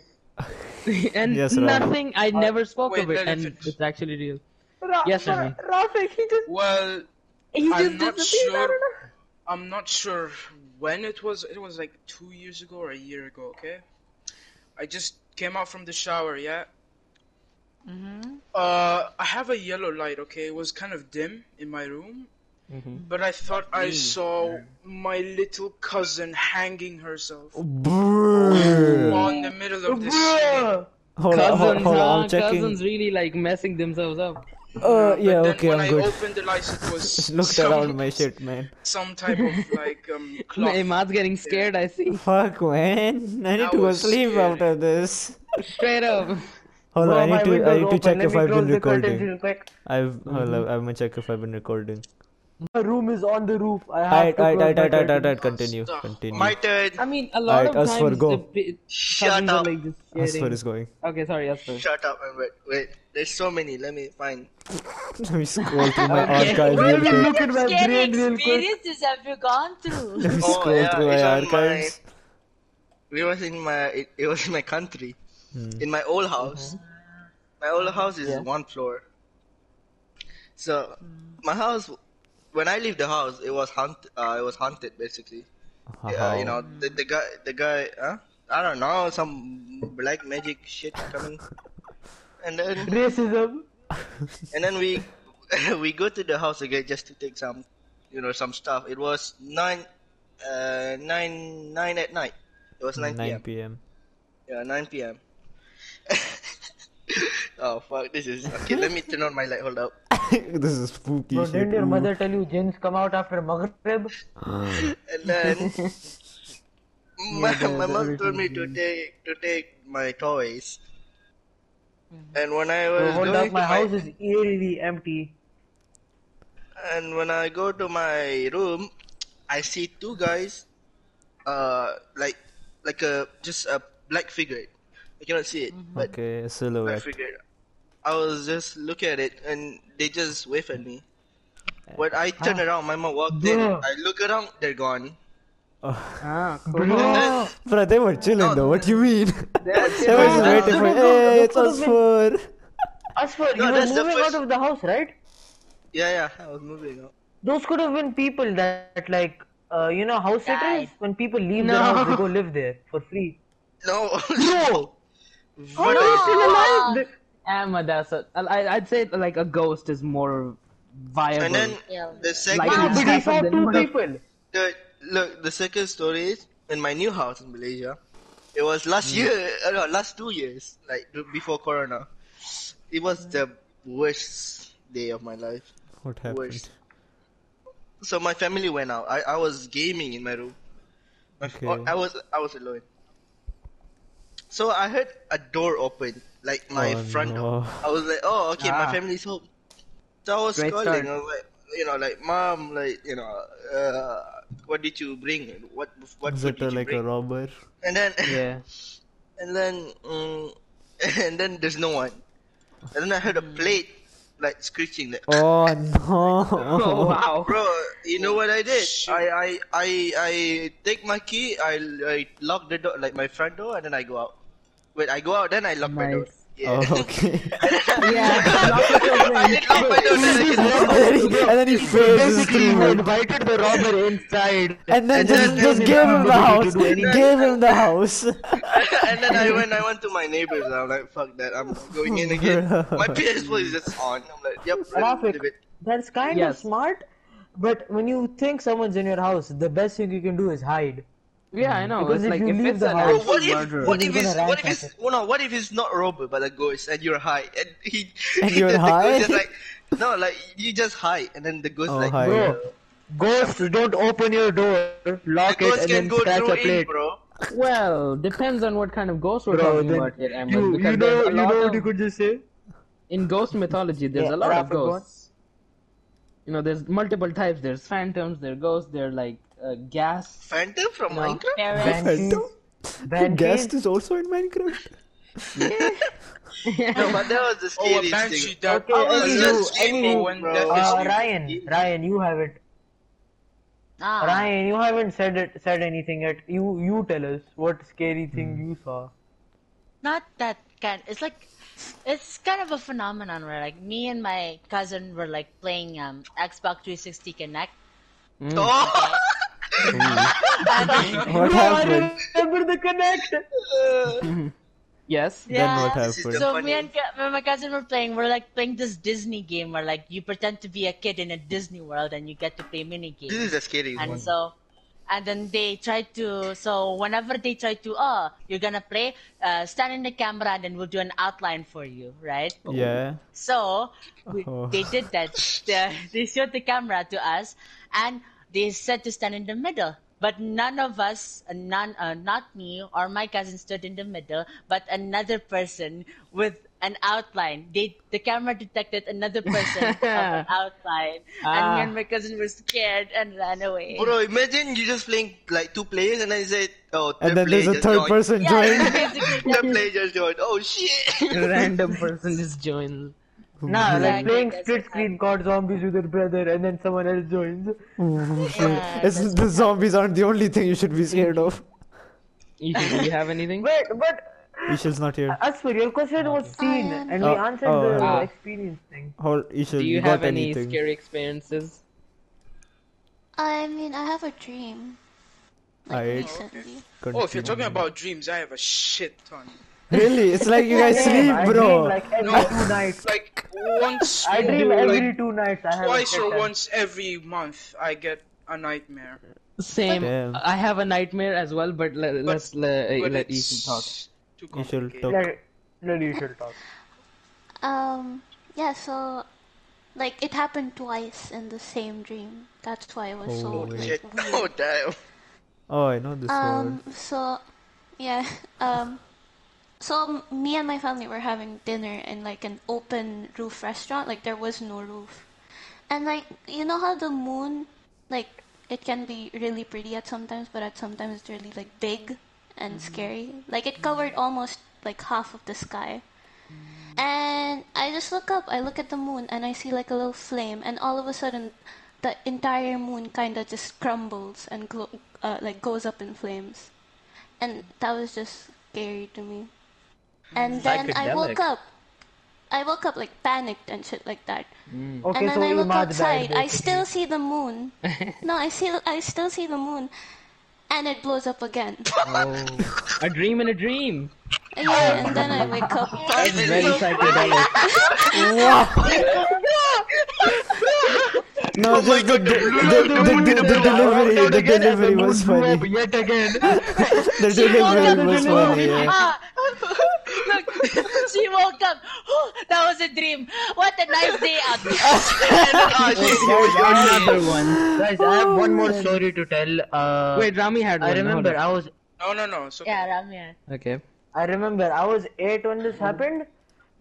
Speaker 1: and
Speaker 2: Yes, Ram.
Speaker 1: nothing. I never spoke
Speaker 6: Uh, wait,
Speaker 1: of it,
Speaker 6: let it
Speaker 1: and
Speaker 6: finish.
Speaker 1: it's actually real.
Speaker 4: Ra-
Speaker 1: Yes,
Speaker 4: Ra-
Speaker 1: Rami.
Speaker 4: Rafik, he just,
Speaker 6: Well,
Speaker 4: he
Speaker 6: I'm
Speaker 4: just
Speaker 6: not
Speaker 4: disappeared. I
Speaker 6: sure.
Speaker 4: don't know.
Speaker 6: I'm not sure when it was. It was like two years ago or a year ago, okay? I just came out from the shower, yeah? Uh, I have a yellow light, okay? It was kind of dim in my room.
Speaker 2: Mm-hmm.
Speaker 6: But I thought I saw my little cousin hanging herself
Speaker 2: Brr.
Speaker 6: on the middle of the ceiling.
Speaker 4: Bro!
Speaker 2: Hold on, hold,
Speaker 1: Cousins,
Speaker 2: hold on.
Speaker 1: huh?
Speaker 2: I'm checking.
Speaker 1: cousins really like messing themselves up.
Speaker 2: Uh,
Speaker 6: But
Speaker 2: yeah,
Speaker 6: then
Speaker 2: okay,
Speaker 6: when
Speaker 2: I'm
Speaker 6: I
Speaker 2: good.
Speaker 6: opened the lights, it was
Speaker 2: Just looked
Speaker 6: some,
Speaker 2: around my shit, man.
Speaker 6: some type of like um cloth.
Speaker 1: Imad's getting scared, I see.
Speaker 2: Fuck, man. I need
Speaker 6: That
Speaker 2: to go
Speaker 6: was
Speaker 2: sleep
Speaker 6: scary.
Speaker 2: after this.
Speaker 1: Straight up.
Speaker 2: Hold on,
Speaker 4: Bro,
Speaker 2: I
Speaker 4: my
Speaker 2: need to, I
Speaker 4: window's
Speaker 2: need to
Speaker 4: open.
Speaker 2: check
Speaker 4: Let
Speaker 2: if
Speaker 4: me
Speaker 2: I've been
Speaker 4: close the curtains
Speaker 2: recording.
Speaker 4: real quick.
Speaker 2: I've, hold up, I'm gonna check if I've been recording.
Speaker 4: My room is on the roof. I have
Speaker 2: Alright,
Speaker 4: to
Speaker 2: alright,
Speaker 4: close
Speaker 2: alright,
Speaker 4: my
Speaker 2: alright, alright,
Speaker 4: curtains.
Speaker 2: alright, continue,
Speaker 6: Stop.
Speaker 2: continue.
Speaker 7: My turn.
Speaker 1: I mean, a lot
Speaker 2: Alright,
Speaker 1: of
Speaker 2: Aswar,
Speaker 1: times
Speaker 2: go.
Speaker 1: the p-
Speaker 7: Shut
Speaker 1: cousins
Speaker 7: up.
Speaker 1: are like just
Speaker 2: That's where
Speaker 1: sharing.
Speaker 2: it's going.
Speaker 1: Okay, sorry, Aswar.
Speaker 7: Shut up and wait. Wait, there's so many. Let me find.
Speaker 2: Let me scroll through my
Speaker 1: Okay.
Speaker 2: archive real
Speaker 4: Let me
Speaker 2: quick.
Speaker 4: look at my
Speaker 3: Scary
Speaker 4: brain real quick.
Speaker 3: experiences have you gone through?
Speaker 2: Let me
Speaker 7: Oh,
Speaker 2: scroll
Speaker 7: yeah,
Speaker 2: through my
Speaker 7: it's on
Speaker 2: archives.
Speaker 7: We was in my. It, it was in my country. In my old house. My old house is one floor. So my house. When I leave the house, it was haunted. Uh, it was haunted basically.
Speaker 2: Uh-huh.
Speaker 7: Yeah, you know the, the guy. The guy. Huh? I don't know. Some black magic shit coming. and then.
Speaker 4: Racism.
Speaker 7: And then we we go to the house again just to take some, you know, some stuff. It was nine, uh, nine, nine at night. It was nine,
Speaker 2: 9
Speaker 7: p.m.
Speaker 2: p.m.
Speaker 7: Yeah, nine p.m. oh fuck! This is okay. let me turn on my light. Hold up.
Speaker 2: this is spooky
Speaker 4: Bro,
Speaker 2: shit.
Speaker 4: didn't your
Speaker 2: ooh.
Speaker 4: mother tell you jinns come out after Maghrib?
Speaker 7: And then my, my mom told me to take to take my toys. And when I was
Speaker 4: Bro, hold
Speaker 7: going
Speaker 4: up,
Speaker 7: to
Speaker 4: my house is eerily empty.
Speaker 7: And when I go to my room, I see two guys, uh, like, like a just a black figure. I cannot see it, but
Speaker 2: Okay, a
Speaker 7: black
Speaker 2: silhouette.
Speaker 7: figure. I was just looking at it, and they just wave at me. When I turn around, my mom walked in.
Speaker 4: Bruh.
Speaker 7: I look around, they're gone.
Speaker 1: Ah, cool.
Speaker 4: Bro,
Speaker 2: Bro, they were chilling though. What do you mean? they were
Speaker 4: No, no,
Speaker 2: waiting
Speaker 4: no,
Speaker 2: for.
Speaker 4: no, no,
Speaker 2: Hey,
Speaker 4: no,
Speaker 2: it's
Speaker 4: no,
Speaker 2: us for.
Speaker 4: as for you
Speaker 7: No,
Speaker 4: were
Speaker 7: that's the
Speaker 4: moving
Speaker 7: first-
Speaker 4: out of the house, right?
Speaker 7: Yeah, yeah. I was moving. Out.
Speaker 4: Those could have been people that, like, uh, you know, house sitters.
Speaker 3: Guys.
Speaker 4: When people leave their
Speaker 1: No.
Speaker 4: house, they go live there for free.
Speaker 7: No,
Speaker 4: No,
Speaker 7: What
Speaker 4: no,
Speaker 7: is-
Speaker 4: he's still alive. The-
Speaker 1: Amma, that's a, I, I'd say like a ghost is more viable.
Speaker 7: and then
Speaker 3: Yeah.
Speaker 7: the second,
Speaker 1: Like-
Speaker 4: Ah, but he saw
Speaker 1: Happened,
Speaker 4: two
Speaker 1: what if-
Speaker 4: people.
Speaker 7: the, look, the second story is in my new house in Malaysia. It was last year, uh, no, last two years, like b- before Corona. It was the worst day of my life.
Speaker 2: What happened?
Speaker 7: Worst. So my family went out. I, I was gaming in my room. My f-
Speaker 2: Okay.
Speaker 7: I was I was alone. So I heard a door open, like my
Speaker 2: Oh,
Speaker 7: front
Speaker 2: no.
Speaker 7: door. I was like, oh okay,
Speaker 4: Ah.
Speaker 7: my family's home. So I was
Speaker 4: Great
Speaker 7: calling.
Speaker 4: start.
Speaker 7: I was like, you know, like mom, like you know, uh, what did you bring? What what
Speaker 2: Was
Speaker 7: food
Speaker 2: it uh,
Speaker 7: did you
Speaker 2: like a
Speaker 7: bring?
Speaker 2: robber?
Speaker 7: And then
Speaker 4: Yeah.
Speaker 7: and then mm, and then there's no one. And then I heard a plate like screeching. Like,
Speaker 2: Mm. Oh no!
Speaker 1: Oh wow.
Speaker 7: Bro, you know what I did?
Speaker 6: Shit.
Speaker 7: I, I I I take my key, I I lock the door like my front door and then I go out. Wait, I go out then I lock my door. Yeah.
Speaker 2: Oh, okay.
Speaker 5: Oh.
Speaker 7: I did lock my door then I just
Speaker 2: and, then he, and then he phases
Speaker 5: Basically, you
Speaker 2: through it.
Speaker 5: invited the robber inside.
Speaker 2: And then
Speaker 7: and
Speaker 2: just,
Speaker 7: then-
Speaker 2: just give him the house.
Speaker 5: do anything.
Speaker 2: Give him the house.
Speaker 7: and then I went I went to my neighbors and I'm like fuck that, I'm going in again. My PS4 is just on. I'm like, yep, let's
Speaker 4: Rafik,
Speaker 7: leave it.
Speaker 4: That's kind of
Speaker 1: Yes.
Speaker 4: smart, but when you think someone's in your house, the best thing you can do is hide.
Speaker 1: Yeah, I know.
Speaker 4: Because
Speaker 1: It's
Speaker 4: if
Speaker 1: like
Speaker 4: you
Speaker 1: if
Speaker 4: leave
Speaker 1: it's
Speaker 4: the
Speaker 1: an
Speaker 4: house-
Speaker 7: Bro,
Speaker 1: actual
Speaker 7: what if
Speaker 1: murderer.
Speaker 7: what
Speaker 4: He's
Speaker 7: if
Speaker 4: gonna
Speaker 7: it's
Speaker 4: rank
Speaker 7: what if
Speaker 4: us.
Speaker 7: it's well, no what if it's not robber but a ghost and you're high and he
Speaker 2: And you're
Speaker 7: the ghost
Speaker 2: high?
Speaker 7: is like no like you just high and then the ghost
Speaker 2: Oh,
Speaker 7: like
Speaker 2: hi.
Speaker 7: bro,
Speaker 5: Ghosts, don't open your door.
Speaker 7: the
Speaker 5: Lock it
Speaker 7: ghost
Speaker 5: and
Speaker 7: can
Speaker 5: then
Speaker 7: go
Speaker 5: scratch
Speaker 7: through
Speaker 5: a
Speaker 7: in
Speaker 5: plate.
Speaker 7: bro.
Speaker 1: Well, depends on what kind of ghost we're
Speaker 5: Bro,
Speaker 1: talking
Speaker 5: then
Speaker 1: about here, Ahmed.
Speaker 5: You,
Speaker 1: because
Speaker 5: you know,
Speaker 1: there's a
Speaker 5: you
Speaker 1: lot
Speaker 5: know
Speaker 1: of-
Speaker 5: what you could just say?
Speaker 1: in ghost mythology, there's
Speaker 4: Yeah,
Speaker 1: a lot of
Speaker 4: Rafa, go on.
Speaker 1: ghosts. You know, there's multiple types. There's phantoms. There's ghosts. There's like uh, gas.
Speaker 7: Phantom from
Speaker 1: No.
Speaker 7: Minecraft?
Speaker 3: Parents.
Speaker 2: Guest is also in Minecraft.
Speaker 7: No, but that was the
Speaker 6: Oh, a
Speaker 7: scariest
Speaker 6: banshee.
Speaker 7: thing.
Speaker 6: That
Speaker 4: Okay,
Speaker 6: I was
Speaker 4: anywho,
Speaker 6: just
Speaker 4: anywho,
Speaker 6: emo Oh, when
Speaker 7: bro.
Speaker 4: Uh,
Speaker 6: that
Speaker 7: Especially
Speaker 6: was-
Speaker 7: with
Speaker 4: Ryan,
Speaker 7: gaming.
Speaker 4: Ryan, you have it.
Speaker 3: Ah.
Speaker 4: Ryan, you haven't said it, said anything yet. You you tell us what scary thing
Speaker 2: Hmm.
Speaker 4: you saw.
Speaker 3: not that kind. It's like it's kind of a phenomenon where like me and my cousin were like playing um Xbox 360 Connect.
Speaker 7: Oh,
Speaker 2: What happened?
Speaker 4: Remember the connect.
Speaker 1: Yes.
Speaker 2: Then what
Speaker 7: This is
Speaker 2: happened?
Speaker 7: the-
Speaker 3: So
Speaker 7: Funny.
Speaker 3: me and cu- me and my cousin were playing. We're like playing this Disney game where like you pretend to be a kid in a Disney world and you get to play mini games.
Speaker 7: this is the scariest
Speaker 3: and
Speaker 7: one.
Speaker 3: so and then they try to so whenever they try to oh you're gonna play uh, stand in the camera and then we'll do an outline for you right
Speaker 2: Yeah.
Speaker 3: so we,
Speaker 2: Oh.
Speaker 3: they did that they, they showed the camera to us and they said to stand in the middle but none of us uh, none uh, not me or my cousin stood in the middle but another person with an outline they the camera detected another person of an outline and me
Speaker 1: Ah.
Speaker 3: and my cousin were scared and ran away
Speaker 7: Bro, imagine you just playing like two players and then you said, oh, third
Speaker 2: And then
Speaker 7: player
Speaker 2: there's a
Speaker 7: just
Speaker 2: third
Speaker 7: joined.
Speaker 2: person
Speaker 3: Yeah,
Speaker 2: joining.
Speaker 3: basically
Speaker 7: Third player just joined. Oh shit!
Speaker 1: Random person just joined.
Speaker 2: Hmm.
Speaker 4: Nah,
Speaker 3: Exactly,
Speaker 4: like playing
Speaker 3: that's
Speaker 4: split
Speaker 3: what
Speaker 4: screen COD zombies with your brother, and then someone else joins.
Speaker 3: yeah,
Speaker 2: It's,
Speaker 3: that's-
Speaker 2: the zombies aren't the only thing you should be scared of.
Speaker 1: Isha, do you have anything?
Speaker 4: But but
Speaker 2: Ishal's not here.
Speaker 4: as for your question was seen,
Speaker 8: I am-
Speaker 4: and we
Speaker 2: Oh,
Speaker 4: answered
Speaker 2: oh,
Speaker 4: the
Speaker 1: hello.
Speaker 4: experience thing.
Speaker 2: Hold, Ishal,
Speaker 1: Do you
Speaker 2: got
Speaker 1: have any
Speaker 2: anything?
Speaker 1: scary experiences?
Speaker 8: I mean, I have a dream. Like
Speaker 2: I
Speaker 8: recently.
Speaker 6: Oh, if you're talking
Speaker 2: continue.
Speaker 6: about dreams, I have a shit ton.
Speaker 2: Really? It's like you guys
Speaker 4: Same, I
Speaker 2: sleep, bro.
Speaker 4: dream like every
Speaker 6: No.
Speaker 4: two nights.
Speaker 6: Like once,
Speaker 4: I dream
Speaker 6: or,
Speaker 4: every
Speaker 6: like,
Speaker 4: two nights. I have a
Speaker 6: twice
Speaker 4: shit
Speaker 6: or
Speaker 4: ton.
Speaker 6: once every month, I get a nightmare.
Speaker 1: Same.
Speaker 2: Damn.
Speaker 1: I have a nightmare as well, but le- let's le-
Speaker 6: But
Speaker 1: let
Speaker 6: it's
Speaker 1: Isha talk.
Speaker 6: Too
Speaker 2: You shall
Speaker 6: complicated.
Speaker 2: talk.
Speaker 4: Let, let you should talk.
Speaker 8: Um, yeah, so like it happened twice in the same dream. That's why it was so
Speaker 2: Oh,
Speaker 8: like,
Speaker 7: Shit.
Speaker 8: weird.
Speaker 7: Oh damn.
Speaker 2: Oh, I know this
Speaker 8: Um, so yeah, um, so m- me and my family were having dinner in like an open roof restaurant. Like there was no roof, and like you know how the moon, like it can be really pretty at sometimes, but at sometimes it's really like big and scary. Like it covered almost like half of the sky. And I just look up, I look at the moon, and I see like a little flame, and all of a sudden, the entire moon kind of just crumbles and glo- uh, like goes up in flames, and that was just scary to me. And then I woke
Speaker 1: Psychedelic.
Speaker 8: up, I woke up like panicked and shit like that.
Speaker 4: Okay,
Speaker 8: and then
Speaker 4: so
Speaker 8: I look
Speaker 4: Imad
Speaker 8: outside,
Speaker 4: died.
Speaker 8: I
Speaker 4: basically.
Speaker 8: still see the moon. no, I see, I still see the moon, and it blows up again.
Speaker 1: A dream in a dream.
Speaker 8: yeah, and then I wake up.
Speaker 1: Very psychedelic.
Speaker 2: word. No, just the, the, the, the, the, the delivery, the delivery was funny.
Speaker 5: Yet again.
Speaker 2: The delivery was funny, yeah.
Speaker 3: Ah, look, she woke up. Oh, that was a dream. What a nice day out there.
Speaker 4: another one. Guys, I have one more story to tell. Uh,
Speaker 1: Wait, Rami had one.
Speaker 4: I
Speaker 1: hold
Speaker 4: remember
Speaker 1: up.
Speaker 4: I was
Speaker 6: No, no, no. So
Speaker 3: yeah, Ramya.
Speaker 1: Okay.
Speaker 4: I remember I was eight when this happened.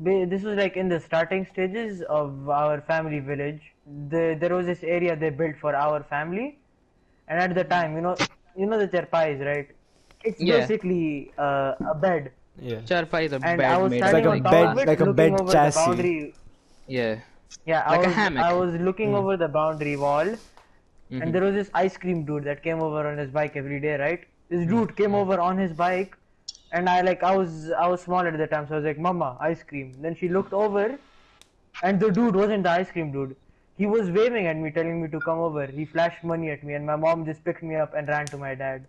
Speaker 4: Ba- This was like in the starting stages of our family village. The, there was this area they built for our family, and at the time, you know, you know the charpais, right? It's
Speaker 1: Yeah.
Speaker 4: basically uh, a bed,
Speaker 2: Yeah.
Speaker 1: Charpai is a
Speaker 4: and I
Speaker 1: bad
Speaker 4: was
Speaker 1: mate.
Speaker 4: standing
Speaker 2: like a
Speaker 4: on top
Speaker 2: bed-
Speaker 4: of it,
Speaker 2: like a
Speaker 4: looking
Speaker 2: bed
Speaker 4: over
Speaker 2: chassis.
Speaker 4: the boundary.
Speaker 1: Yeah.
Speaker 4: Yeah, I
Speaker 1: Like a
Speaker 4: was,
Speaker 1: hammock. Hmm.
Speaker 4: I was looking over the boundary wall,
Speaker 1: Mm-hmm.
Speaker 4: and there was this ice cream dude that came over on his bike every day, right? This
Speaker 1: Mm-hmm.
Speaker 4: dude came over on his bike, and I like I was I was small at the time, so I was like, "Mama, ice cream." Then she looked over, and the dude wasn't the ice cream dude. He was waving at me, telling me to come over. He flashed money at me, and my mom just picked me up and ran to my dad.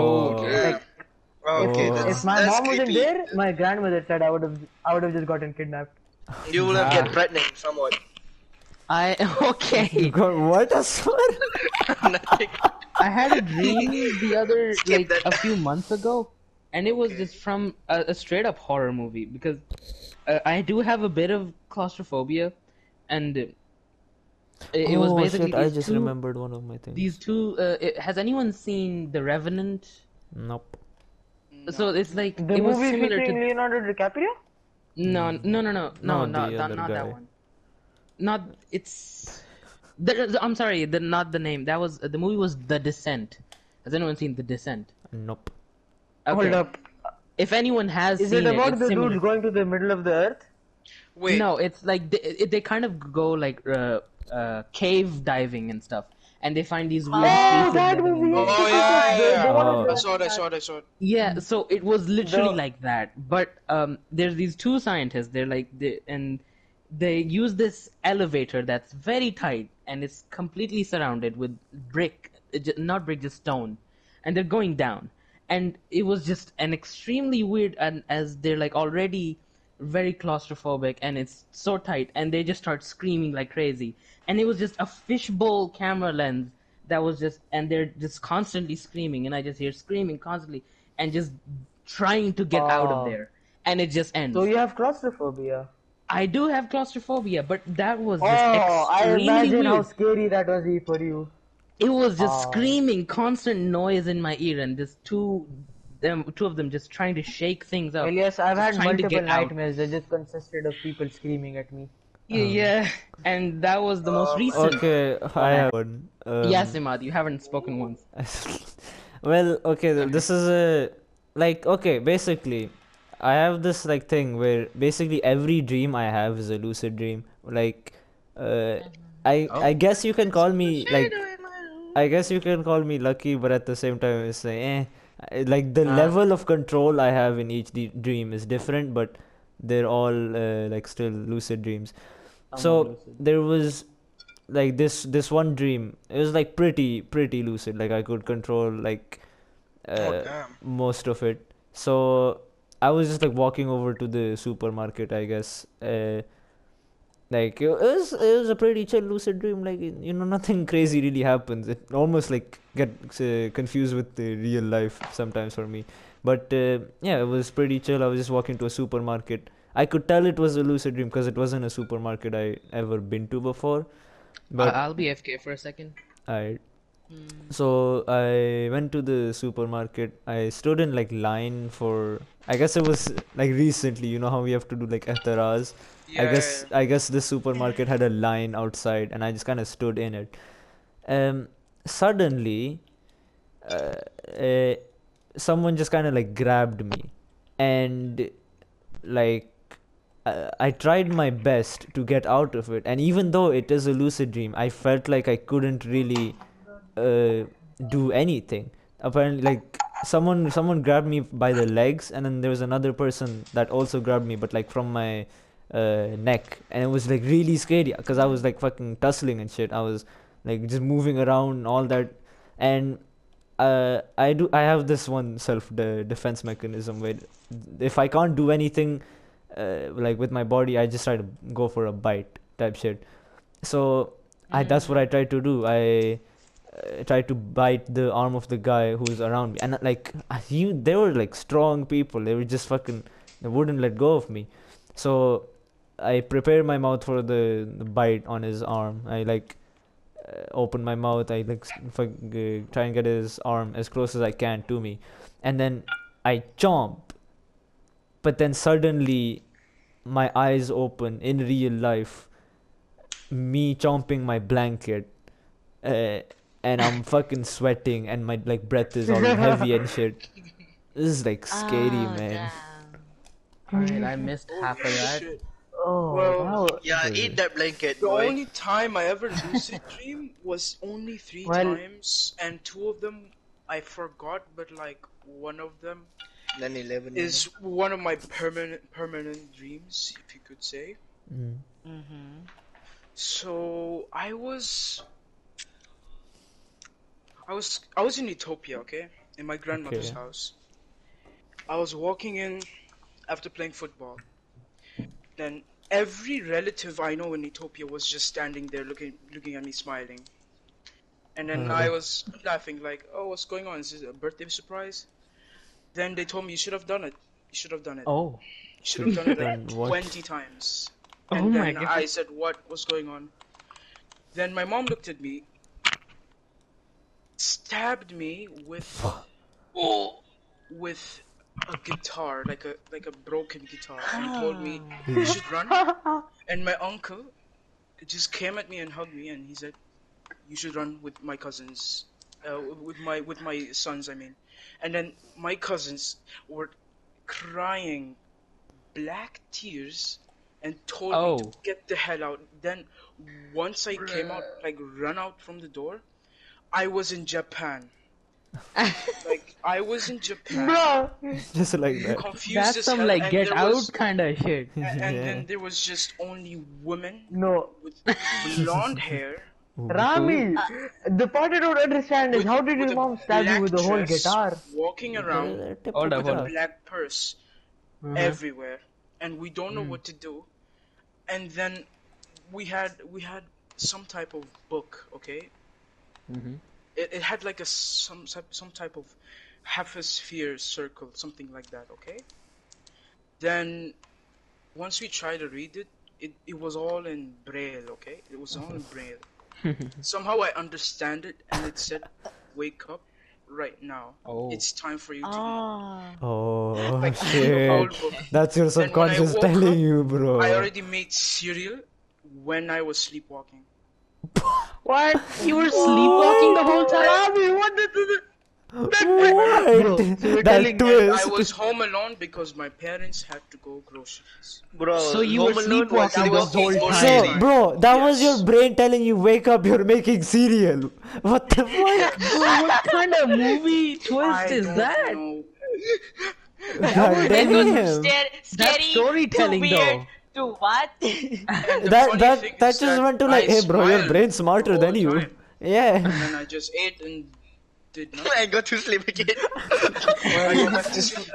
Speaker 2: Oh,
Speaker 7: Yeah.
Speaker 2: If-
Speaker 7: okay,
Speaker 1: Oh.
Speaker 2: if
Speaker 7: that's,
Speaker 4: If my
Speaker 7: that's
Speaker 4: mom wasn't
Speaker 7: creepy.
Speaker 4: there, my grandmother said I would have I would have just gotten kidnapped.
Speaker 7: you would have get pregnant someone.
Speaker 1: I okay.
Speaker 2: God, what a story.
Speaker 1: I had a dream the other like
Speaker 7: Skip that.
Speaker 1: a few months ago, and it was just from a, a straight up horror movie because uh, I do have a bit of claustrophobia, and it, it was
Speaker 2: oh
Speaker 1: basically
Speaker 2: shit! I
Speaker 1: these
Speaker 2: just
Speaker 1: two-
Speaker 2: remembered one of my things.
Speaker 1: These two. Uh, it- has anyone seen The Revenant?
Speaker 2: Nope.
Speaker 1: So it's like
Speaker 4: The
Speaker 1: it was
Speaker 4: movie
Speaker 1: similar
Speaker 4: featuring
Speaker 1: to
Speaker 4: Leonardo DiCaprio.
Speaker 1: No, no, no, no, no,
Speaker 2: No,
Speaker 1: not,
Speaker 2: the
Speaker 1: not,
Speaker 2: other
Speaker 1: not that
Speaker 2: guy.
Speaker 1: one. Not it's. The, I'm sorry, the, not the name. That was the movie was The Descent. Has anyone seen The Descent?
Speaker 2: Nope.
Speaker 1: Okay.
Speaker 4: Hold up.
Speaker 1: If anyone has
Speaker 4: Is
Speaker 1: seen
Speaker 4: it
Speaker 1: it,
Speaker 4: about
Speaker 1: it's
Speaker 4: the
Speaker 1: similar.
Speaker 4: dude going to the middle of the earth?
Speaker 6: wait.
Speaker 1: No, it's like they, it, they kind of go like uh, uh, cave diving and stuff, and they find
Speaker 4: Oh,
Speaker 1: these weird pieces that are in there.
Speaker 6: Oh yeah, yeah, yeah.
Speaker 2: wanna do
Speaker 6: I saw it. I saw it. I saw it.
Speaker 1: Yeah, so it was literally
Speaker 4: The-
Speaker 1: like that. But um, there's these two scientists. They're like, they, and they use this elevator that's very tight and it's completely surrounded with brick, uh, ju- not brick, just stone, and they're going down. And it was just an extremely weird, and as they're like already very claustrophobic and it's so tight, and they just start screaming like crazy. And it was just a fishbowl camera lens that was just and they're just constantly screaming and i just hear screaming constantly and just trying to get out of
Speaker 4: Oh.
Speaker 1: there and it just ends
Speaker 4: So you have claustrophobia.
Speaker 1: i do have claustrophobia but that was just
Speaker 4: Oh, I
Speaker 1: extremely
Speaker 4: imagine
Speaker 1: weird
Speaker 4: how Oh. scary that was be for you.
Speaker 1: it was just screaming constant noise in my ear and just two them two of them just trying to shake things up
Speaker 4: Well, yes, I've
Speaker 1: just
Speaker 4: had
Speaker 1: trying to
Speaker 4: multiple
Speaker 1: get out.
Speaker 4: nightmares that just consisted of people screaming at me.
Speaker 1: yeah, yeah. and that was the
Speaker 4: Oh,
Speaker 1: most recent
Speaker 2: Mm. Okay, I have one. Um,
Speaker 1: yes imad you haven't spoken once
Speaker 2: well, okay, th- this is a like okay, basically I have this like thing where basically every dream I have is a lucid dream. Like uh I I guess you can call me like I guess you can call me lucky, but at the same time it's like eh I- like the level of control I have in each de- dream is different, but they're all uh, like still lucid dreams. so there was like this this one dream it was like pretty pretty lucid like i could control like uh, most of it so i was just like walking over to the supermarket i guess uh, like it was it was a pretty chill lucid dream like you know nothing crazy really happens it almost like gets uh, confused with the real life sometimes for me but uh, yeah it was pretty chill i was just walking to a supermarket i could tell it was a lucid dream because it wasn't a supermarket i ever been to before but
Speaker 1: I- i'll be fk for a second
Speaker 2: I so I went to the supermarket. I stood in like line for I guess it was like recently, you know how we have to do like ehtaraz. I
Speaker 6: Yeah,
Speaker 2: guess I guess the supermarket had a line outside and I just kind of stood in it. Um suddenly uh, uh, someone just kind of like grabbed me and like I, I tried my best to get out of it and even though it is a lucid dream i felt like i couldn't really uh, do anything apparently like someone someone grabbed me by the legs and then there was another person that also grabbed me but like from my uh, neck and it was like really scary because i was like fucking tussling and shit i was like just moving around and all that and uh, I do. I have this one self de- defense mechanism where if I can't do anything, uh, like with my body, I just try to go for a bite type shit. So I that's what I tried to do. I uh, tried to bite the arm of the guy who's around me, and uh, like I- you, they were like strong people. They were just fucking It wouldn't let go of me. So I prepared my mouth for the, the bite on his arm. I like uh, open my mouth. I like s- fuck- uh, try and get his arm as close as I can to me, and then I chomp. But then suddenly, my eyes open in real life. Me chomping my blanket, uh, and I'm fucking sweating, and my like breath is all heavy and shit. This is like scary,
Speaker 3: Oh,
Speaker 2: man.
Speaker 3: damn.
Speaker 1: Alright, I missed half of
Speaker 6: Holy
Speaker 1: that.
Speaker 6: shit.
Speaker 4: Oh,
Speaker 6: Well,
Speaker 4: that was-
Speaker 7: Yeah, eat that blanket,
Speaker 6: The
Speaker 7: boy.
Speaker 6: only time I ever lucid dream was only three
Speaker 4: Well-
Speaker 6: times, and two of them I forgot, but like one of them
Speaker 7: Then eleven.
Speaker 6: is one of my permanent permanent dreams, if you could say.
Speaker 2: Mm.
Speaker 6: So I was, I was, I was in Utopia, okay, in my grandmother's
Speaker 2: Okay.
Speaker 6: house. I was walking in after playing football. Then every relative I know in Utopia was just standing there, looking, looking at me, smiling. And then I was laughing, like, "Oh, what's going on? Is this a birthday surprise?" Then they told me, "You should have done it. You should have done it."
Speaker 1: Oh.
Speaker 6: should have done it like
Speaker 2: Done what?
Speaker 6: 20 times.
Speaker 1: Oh
Speaker 6: And
Speaker 1: my
Speaker 6: then
Speaker 1: God.
Speaker 6: I said, What was going on? Then my mom looked at me, stabbed me with oh, with a guitar, like a like a broken guitar, and told me
Speaker 1: Ah.
Speaker 6: you should run. And my uncle just came at me and hugged me, and he said, "You should run with my cousins, uh, with my with my sons, I mean." And then my cousins were crying black tears and told me
Speaker 1: Oh.
Speaker 6: to get the hell out. Then once I came out, like run out from the door, I was in Japan. like I was in Japan,
Speaker 2: Just like that.
Speaker 6: confused
Speaker 1: That's
Speaker 6: as
Speaker 1: some
Speaker 6: hell,
Speaker 1: like
Speaker 6: and
Speaker 1: get
Speaker 6: there
Speaker 1: out
Speaker 6: was-
Speaker 1: kind of shit.
Speaker 6: and
Speaker 2: Yeah.
Speaker 6: then there was just only women
Speaker 4: no.
Speaker 6: with blonde hair.
Speaker 4: Ramil, the part I don't understand is how did
Speaker 6: with
Speaker 4: your
Speaker 6: a
Speaker 4: mom stab you
Speaker 6: black
Speaker 4: with the whole
Speaker 6: dress,
Speaker 4: guitar?
Speaker 6: Walking around with
Speaker 1: Hold up,
Speaker 6: a
Speaker 1: hold up.
Speaker 6: black purse everywhere, and we don't know what to do. And then we had we had some type of book, okay? It, it had like a some type- some type of half a sphere circle, something like that, okay? Then once we tried to read it, it, it was all in braille, okay? It was all in braille. Somehow I understand it, and it said, "Wake up right now.
Speaker 1: Oh.
Speaker 6: It's time for you to eat."
Speaker 3: Oh.
Speaker 2: Oh
Speaker 6: Like,
Speaker 2: shit.
Speaker 6: old book.
Speaker 2: That's your
Speaker 6: Then when I
Speaker 2: subconscious
Speaker 6: woke
Speaker 2: telling
Speaker 6: up,
Speaker 2: you, bro.
Speaker 6: I already made cereal when I was sleepwalking.
Speaker 1: What? You were sleepwalking the whole time?
Speaker 4: Ramil, what the- the-
Speaker 2: What?
Speaker 4: Bro, so you're
Speaker 2: that
Speaker 4: telling me
Speaker 2: twist.
Speaker 6: I was home alone because my parents had to go groceries.
Speaker 7: Bro,
Speaker 1: So you were
Speaker 7: Home Alone was-
Speaker 1: sleepwalking
Speaker 7: I
Speaker 1: the
Speaker 7: was
Speaker 1: whole
Speaker 7: eating
Speaker 1: time.
Speaker 2: So,
Speaker 7: cereal.
Speaker 2: bro, that was
Speaker 6: Yes.
Speaker 2: your brain telling you, wake up, you're making cereal. What the fuck?
Speaker 1: what kind of movie
Speaker 6: I
Speaker 1: twist is
Speaker 6: don't
Speaker 1: that?
Speaker 6: know.
Speaker 2: God
Speaker 3: It goes from
Speaker 2: damn.
Speaker 3: scary,
Speaker 1: That's
Speaker 3: scary
Speaker 1: storytelling
Speaker 3: to weird
Speaker 1: though.
Speaker 3: to what?
Speaker 6: And the
Speaker 2: That
Speaker 6: funny
Speaker 2: that
Speaker 6: thing
Speaker 2: that
Speaker 6: is
Speaker 2: just went to
Speaker 6: I
Speaker 2: like, hey, bro, your
Speaker 6: smiled
Speaker 2: brain's smarter
Speaker 6: all
Speaker 2: than
Speaker 6: the
Speaker 2: you.
Speaker 6: time,
Speaker 2: Yeah.
Speaker 6: And I just ate and did nothing.
Speaker 7: I go to sleep again.
Speaker 6: I go back to sleep.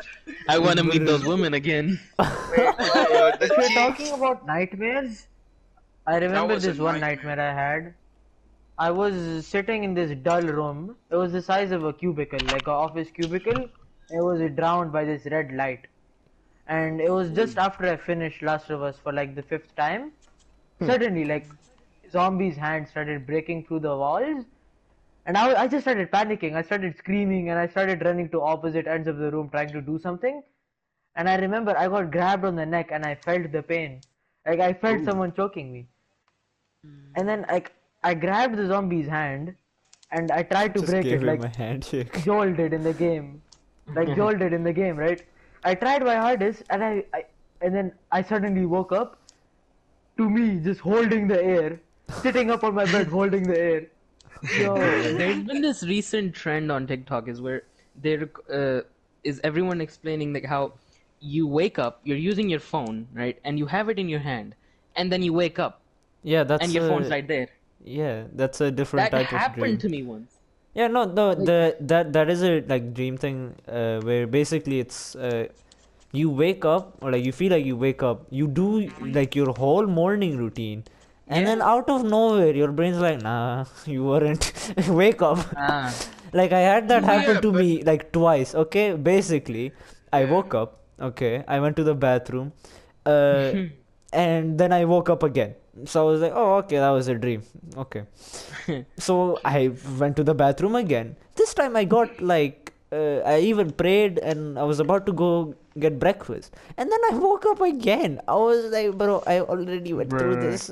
Speaker 1: I want to meet those women again.
Speaker 4: We're talking about nightmares. I remember
Speaker 6: was a
Speaker 4: this one
Speaker 6: nightmare.
Speaker 4: nightmare I had. I was sitting in this dull room. It was the size of a cubicle, like an office cubicle. It was drowned by this red light. And it was just
Speaker 6: Hmm.
Speaker 4: after I finished Last of Us for like the fifth time.
Speaker 6: Hmm.
Speaker 4: Suddenly, like, zombies' hands started breaking through the walls. And I, I just started panicking. I started screaming and I started running to opposite ends of the room trying to do something. And I remember I got grabbed on the neck and I felt the pain. Like I felt someone choking me. And then like I grabbed the zombie's hand and I tried to
Speaker 2: Just
Speaker 4: break
Speaker 2: gave
Speaker 4: it
Speaker 2: him
Speaker 4: like
Speaker 2: a handshake.
Speaker 4: Joel did in the game. Like Joel did in the game, right? I tried my hardest and I, I and then I suddenly woke up to me just holding the air. Sitting up on my bed holding the air. Yo,
Speaker 1: There's been this recent trend on TikTok is where there uh, is everyone explaining like how you wake up, you're using your phone, right, and you have it in your hand, and then you wake up
Speaker 2: Yeah, that's
Speaker 1: and your
Speaker 2: a,
Speaker 1: phone's right there.
Speaker 2: Yeah, that's a different
Speaker 1: That
Speaker 2: type of dream.
Speaker 1: happened to me once.
Speaker 2: Yeah, no, no, the that that is a like dream thing, uh, where basically it's uh, you wake up or like you feel like you wake up, you do like your whole morning routine, and then out of nowhere your brain's like, nah, you weren't, wake up.
Speaker 1: Ah.
Speaker 2: Like I had that happen
Speaker 6: Yeah,
Speaker 2: to
Speaker 6: but-
Speaker 2: me like twice. Okay, basically, I woke up, Okay, I went to the bathroom, uh, and then I woke up again. So I was like, "Oh, okay, that was a dream." Okay, so I went to the bathroom again. This time I got like uh, I even prayed, and I was about to go get breakfast, and then I woke up again. I was like, "Bro, I already went through
Speaker 1: Bruh.
Speaker 2: this."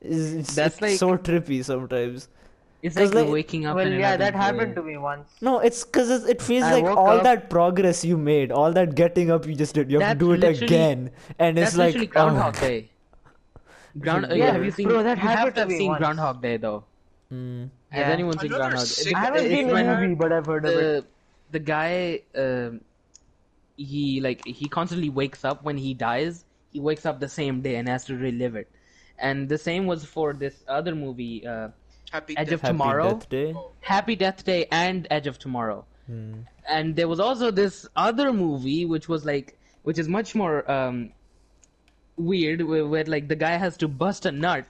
Speaker 2: It's, it's,
Speaker 1: That's
Speaker 2: it's
Speaker 1: like-
Speaker 2: so trippy sometimes.
Speaker 1: It's
Speaker 2: Cause
Speaker 1: like,
Speaker 2: like-
Speaker 1: waking up.
Speaker 4: well,
Speaker 1: in
Speaker 4: yeah,
Speaker 1: another
Speaker 4: that
Speaker 1: day.
Speaker 4: happened to me once.
Speaker 2: No, it's because it feels
Speaker 4: I
Speaker 2: like
Speaker 4: woke
Speaker 2: all
Speaker 4: up-
Speaker 2: that progress you made, all that getting up you just did, you have to
Speaker 1: That's
Speaker 2: do it
Speaker 1: literally-
Speaker 2: again, and
Speaker 1: That's
Speaker 2: it's like,
Speaker 1: literally
Speaker 2: oh my
Speaker 1: Groundhog Day. Ground. uh,
Speaker 2: Yeah,
Speaker 1: Yeah, have you seen?
Speaker 4: bro, that
Speaker 1: you have to
Speaker 4: happened to
Speaker 1: have
Speaker 4: me
Speaker 1: seen
Speaker 4: once.
Speaker 1: Groundhog Day though.
Speaker 2: Mm.
Speaker 1: Has
Speaker 4: Yeah.
Speaker 1: anyone seen
Speaker 6: Another
Speaker 1: Groundhog Day?
Speaker 6: sick-
Speaker 4: I
Speaker 1: The-
Speaker 4: haven't
Speaker 1: it's
Speaker 4: seen the
Speaker 1: when-
Speaker 4: movie, but I've heard of it.
Speaker 1: the the guy um he like he constantly wakes up when he dies he wakes up the same day and has to relive it and the same was for this other movie uh,
Speaker 6: Happy
Speaker 1: Edge
Speaker 6: death.
Speaker 1: of
Speaker 2: Happy
Speaker 1: Tomorrow
Speaker 2: Death Day.
Speaker 1: Happy Death Day and Edge of Tomorrow
Speaker 2: Hmm.
Speaker 1: and there was also this other movie which was like which is much more um weird where, where like the guy has to bust a nut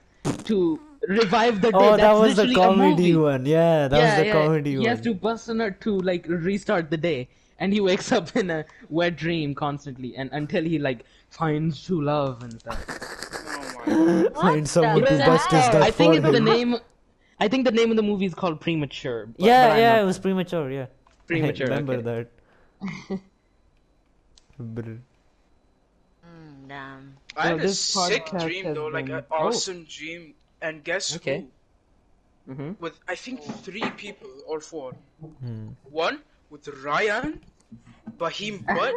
Speaker 1: to revive the day
Speaker 2: Oh, that
Speaker 1: That's
Speaker 2: was the
Speaker 1: literally a
Speaker 2: comedy
Speaker 1: movie
Speaker 2: one. Yeah, that was the comedy
Speaker 1: he
Speaker 2: one.
Speaker 1: has to bust a nut to like restart the day, and he wakes up in a wet dream constantly, and until he like finds true love and stuff.
Speaker 6: Oh my god.
Speaker 2: Find someone
Speaker 3: the
Speaker 2: to bust his
Speaker 3: hell?
Speaker 2: nut
Speaker 1: I think
Speaker 2: for
Speaker 1: it's the
Speaker 2: him.
Speaker 1: name. I think the name of the movie is called Premature. but-
Speaker 2: yeah,
Speaker 1: but I'm
Speaker 2: yeah,
Speaker 1: not-
Speaker 2: it was premature. Yeah,
Speaker 1: Premature,
Speaker 2: I remember
Speaker 1: okay.
Speaker 2: that. Br-
Speaker 3: Mm, damn.
Speaker 6: I had
Speaker 1: So
Speaker 6: a
Speaker 1: this
Speaker 6: sick
Speaker 1: podcast
Speaker 6: dream
Speaker 1: has
Speaker 6: though, like
Speaker 1: been-
Speaker 6: an
Speaker 1: Oh.
Speaker 6: awesome dream. And guess
Speaker 1: Okay.
Speaker 6: who?
Speaker 1: Mhm.
Speaker 6: With I think three people or four. One with Ryan, Bahim Butt,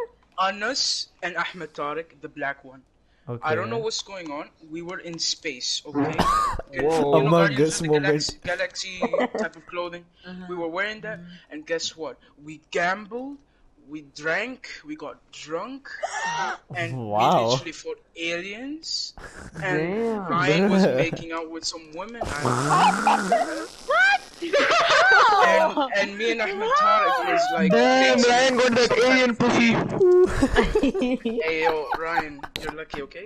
Speaker 6: Anas, and Ahmed Tariq, the black one.
Speaker 2: Okay.
Speaker 6: I don't know what's going on. We were in space, okay?
Speaker 2: Whoa. Among
Speaker 6: Guardians
Speaker 2: Us
Speaker 6: of the
Speaker 2: moment.
Speaker 6: Galaxy, Galaxy type of clothing.
Speaker 4: Uh-huh.
Speaker 6: We were wearing that,
Speaker 4: Mm-hmm.
Speaker 6: and guess what? We gambled, we drank, we got drunk, and
Speaker 2: Wow.
Speaker 6: we literally fought aliens. And Ryan was making out with some women. I- and, and me and Ahmed Tariq was like,
Speaker 5: Damn,
Speaker 6: facing-
Speaker 5: Ryan got that alien pussy.
Speaker 6: Hey yo, Ryan, you're lucky, okay?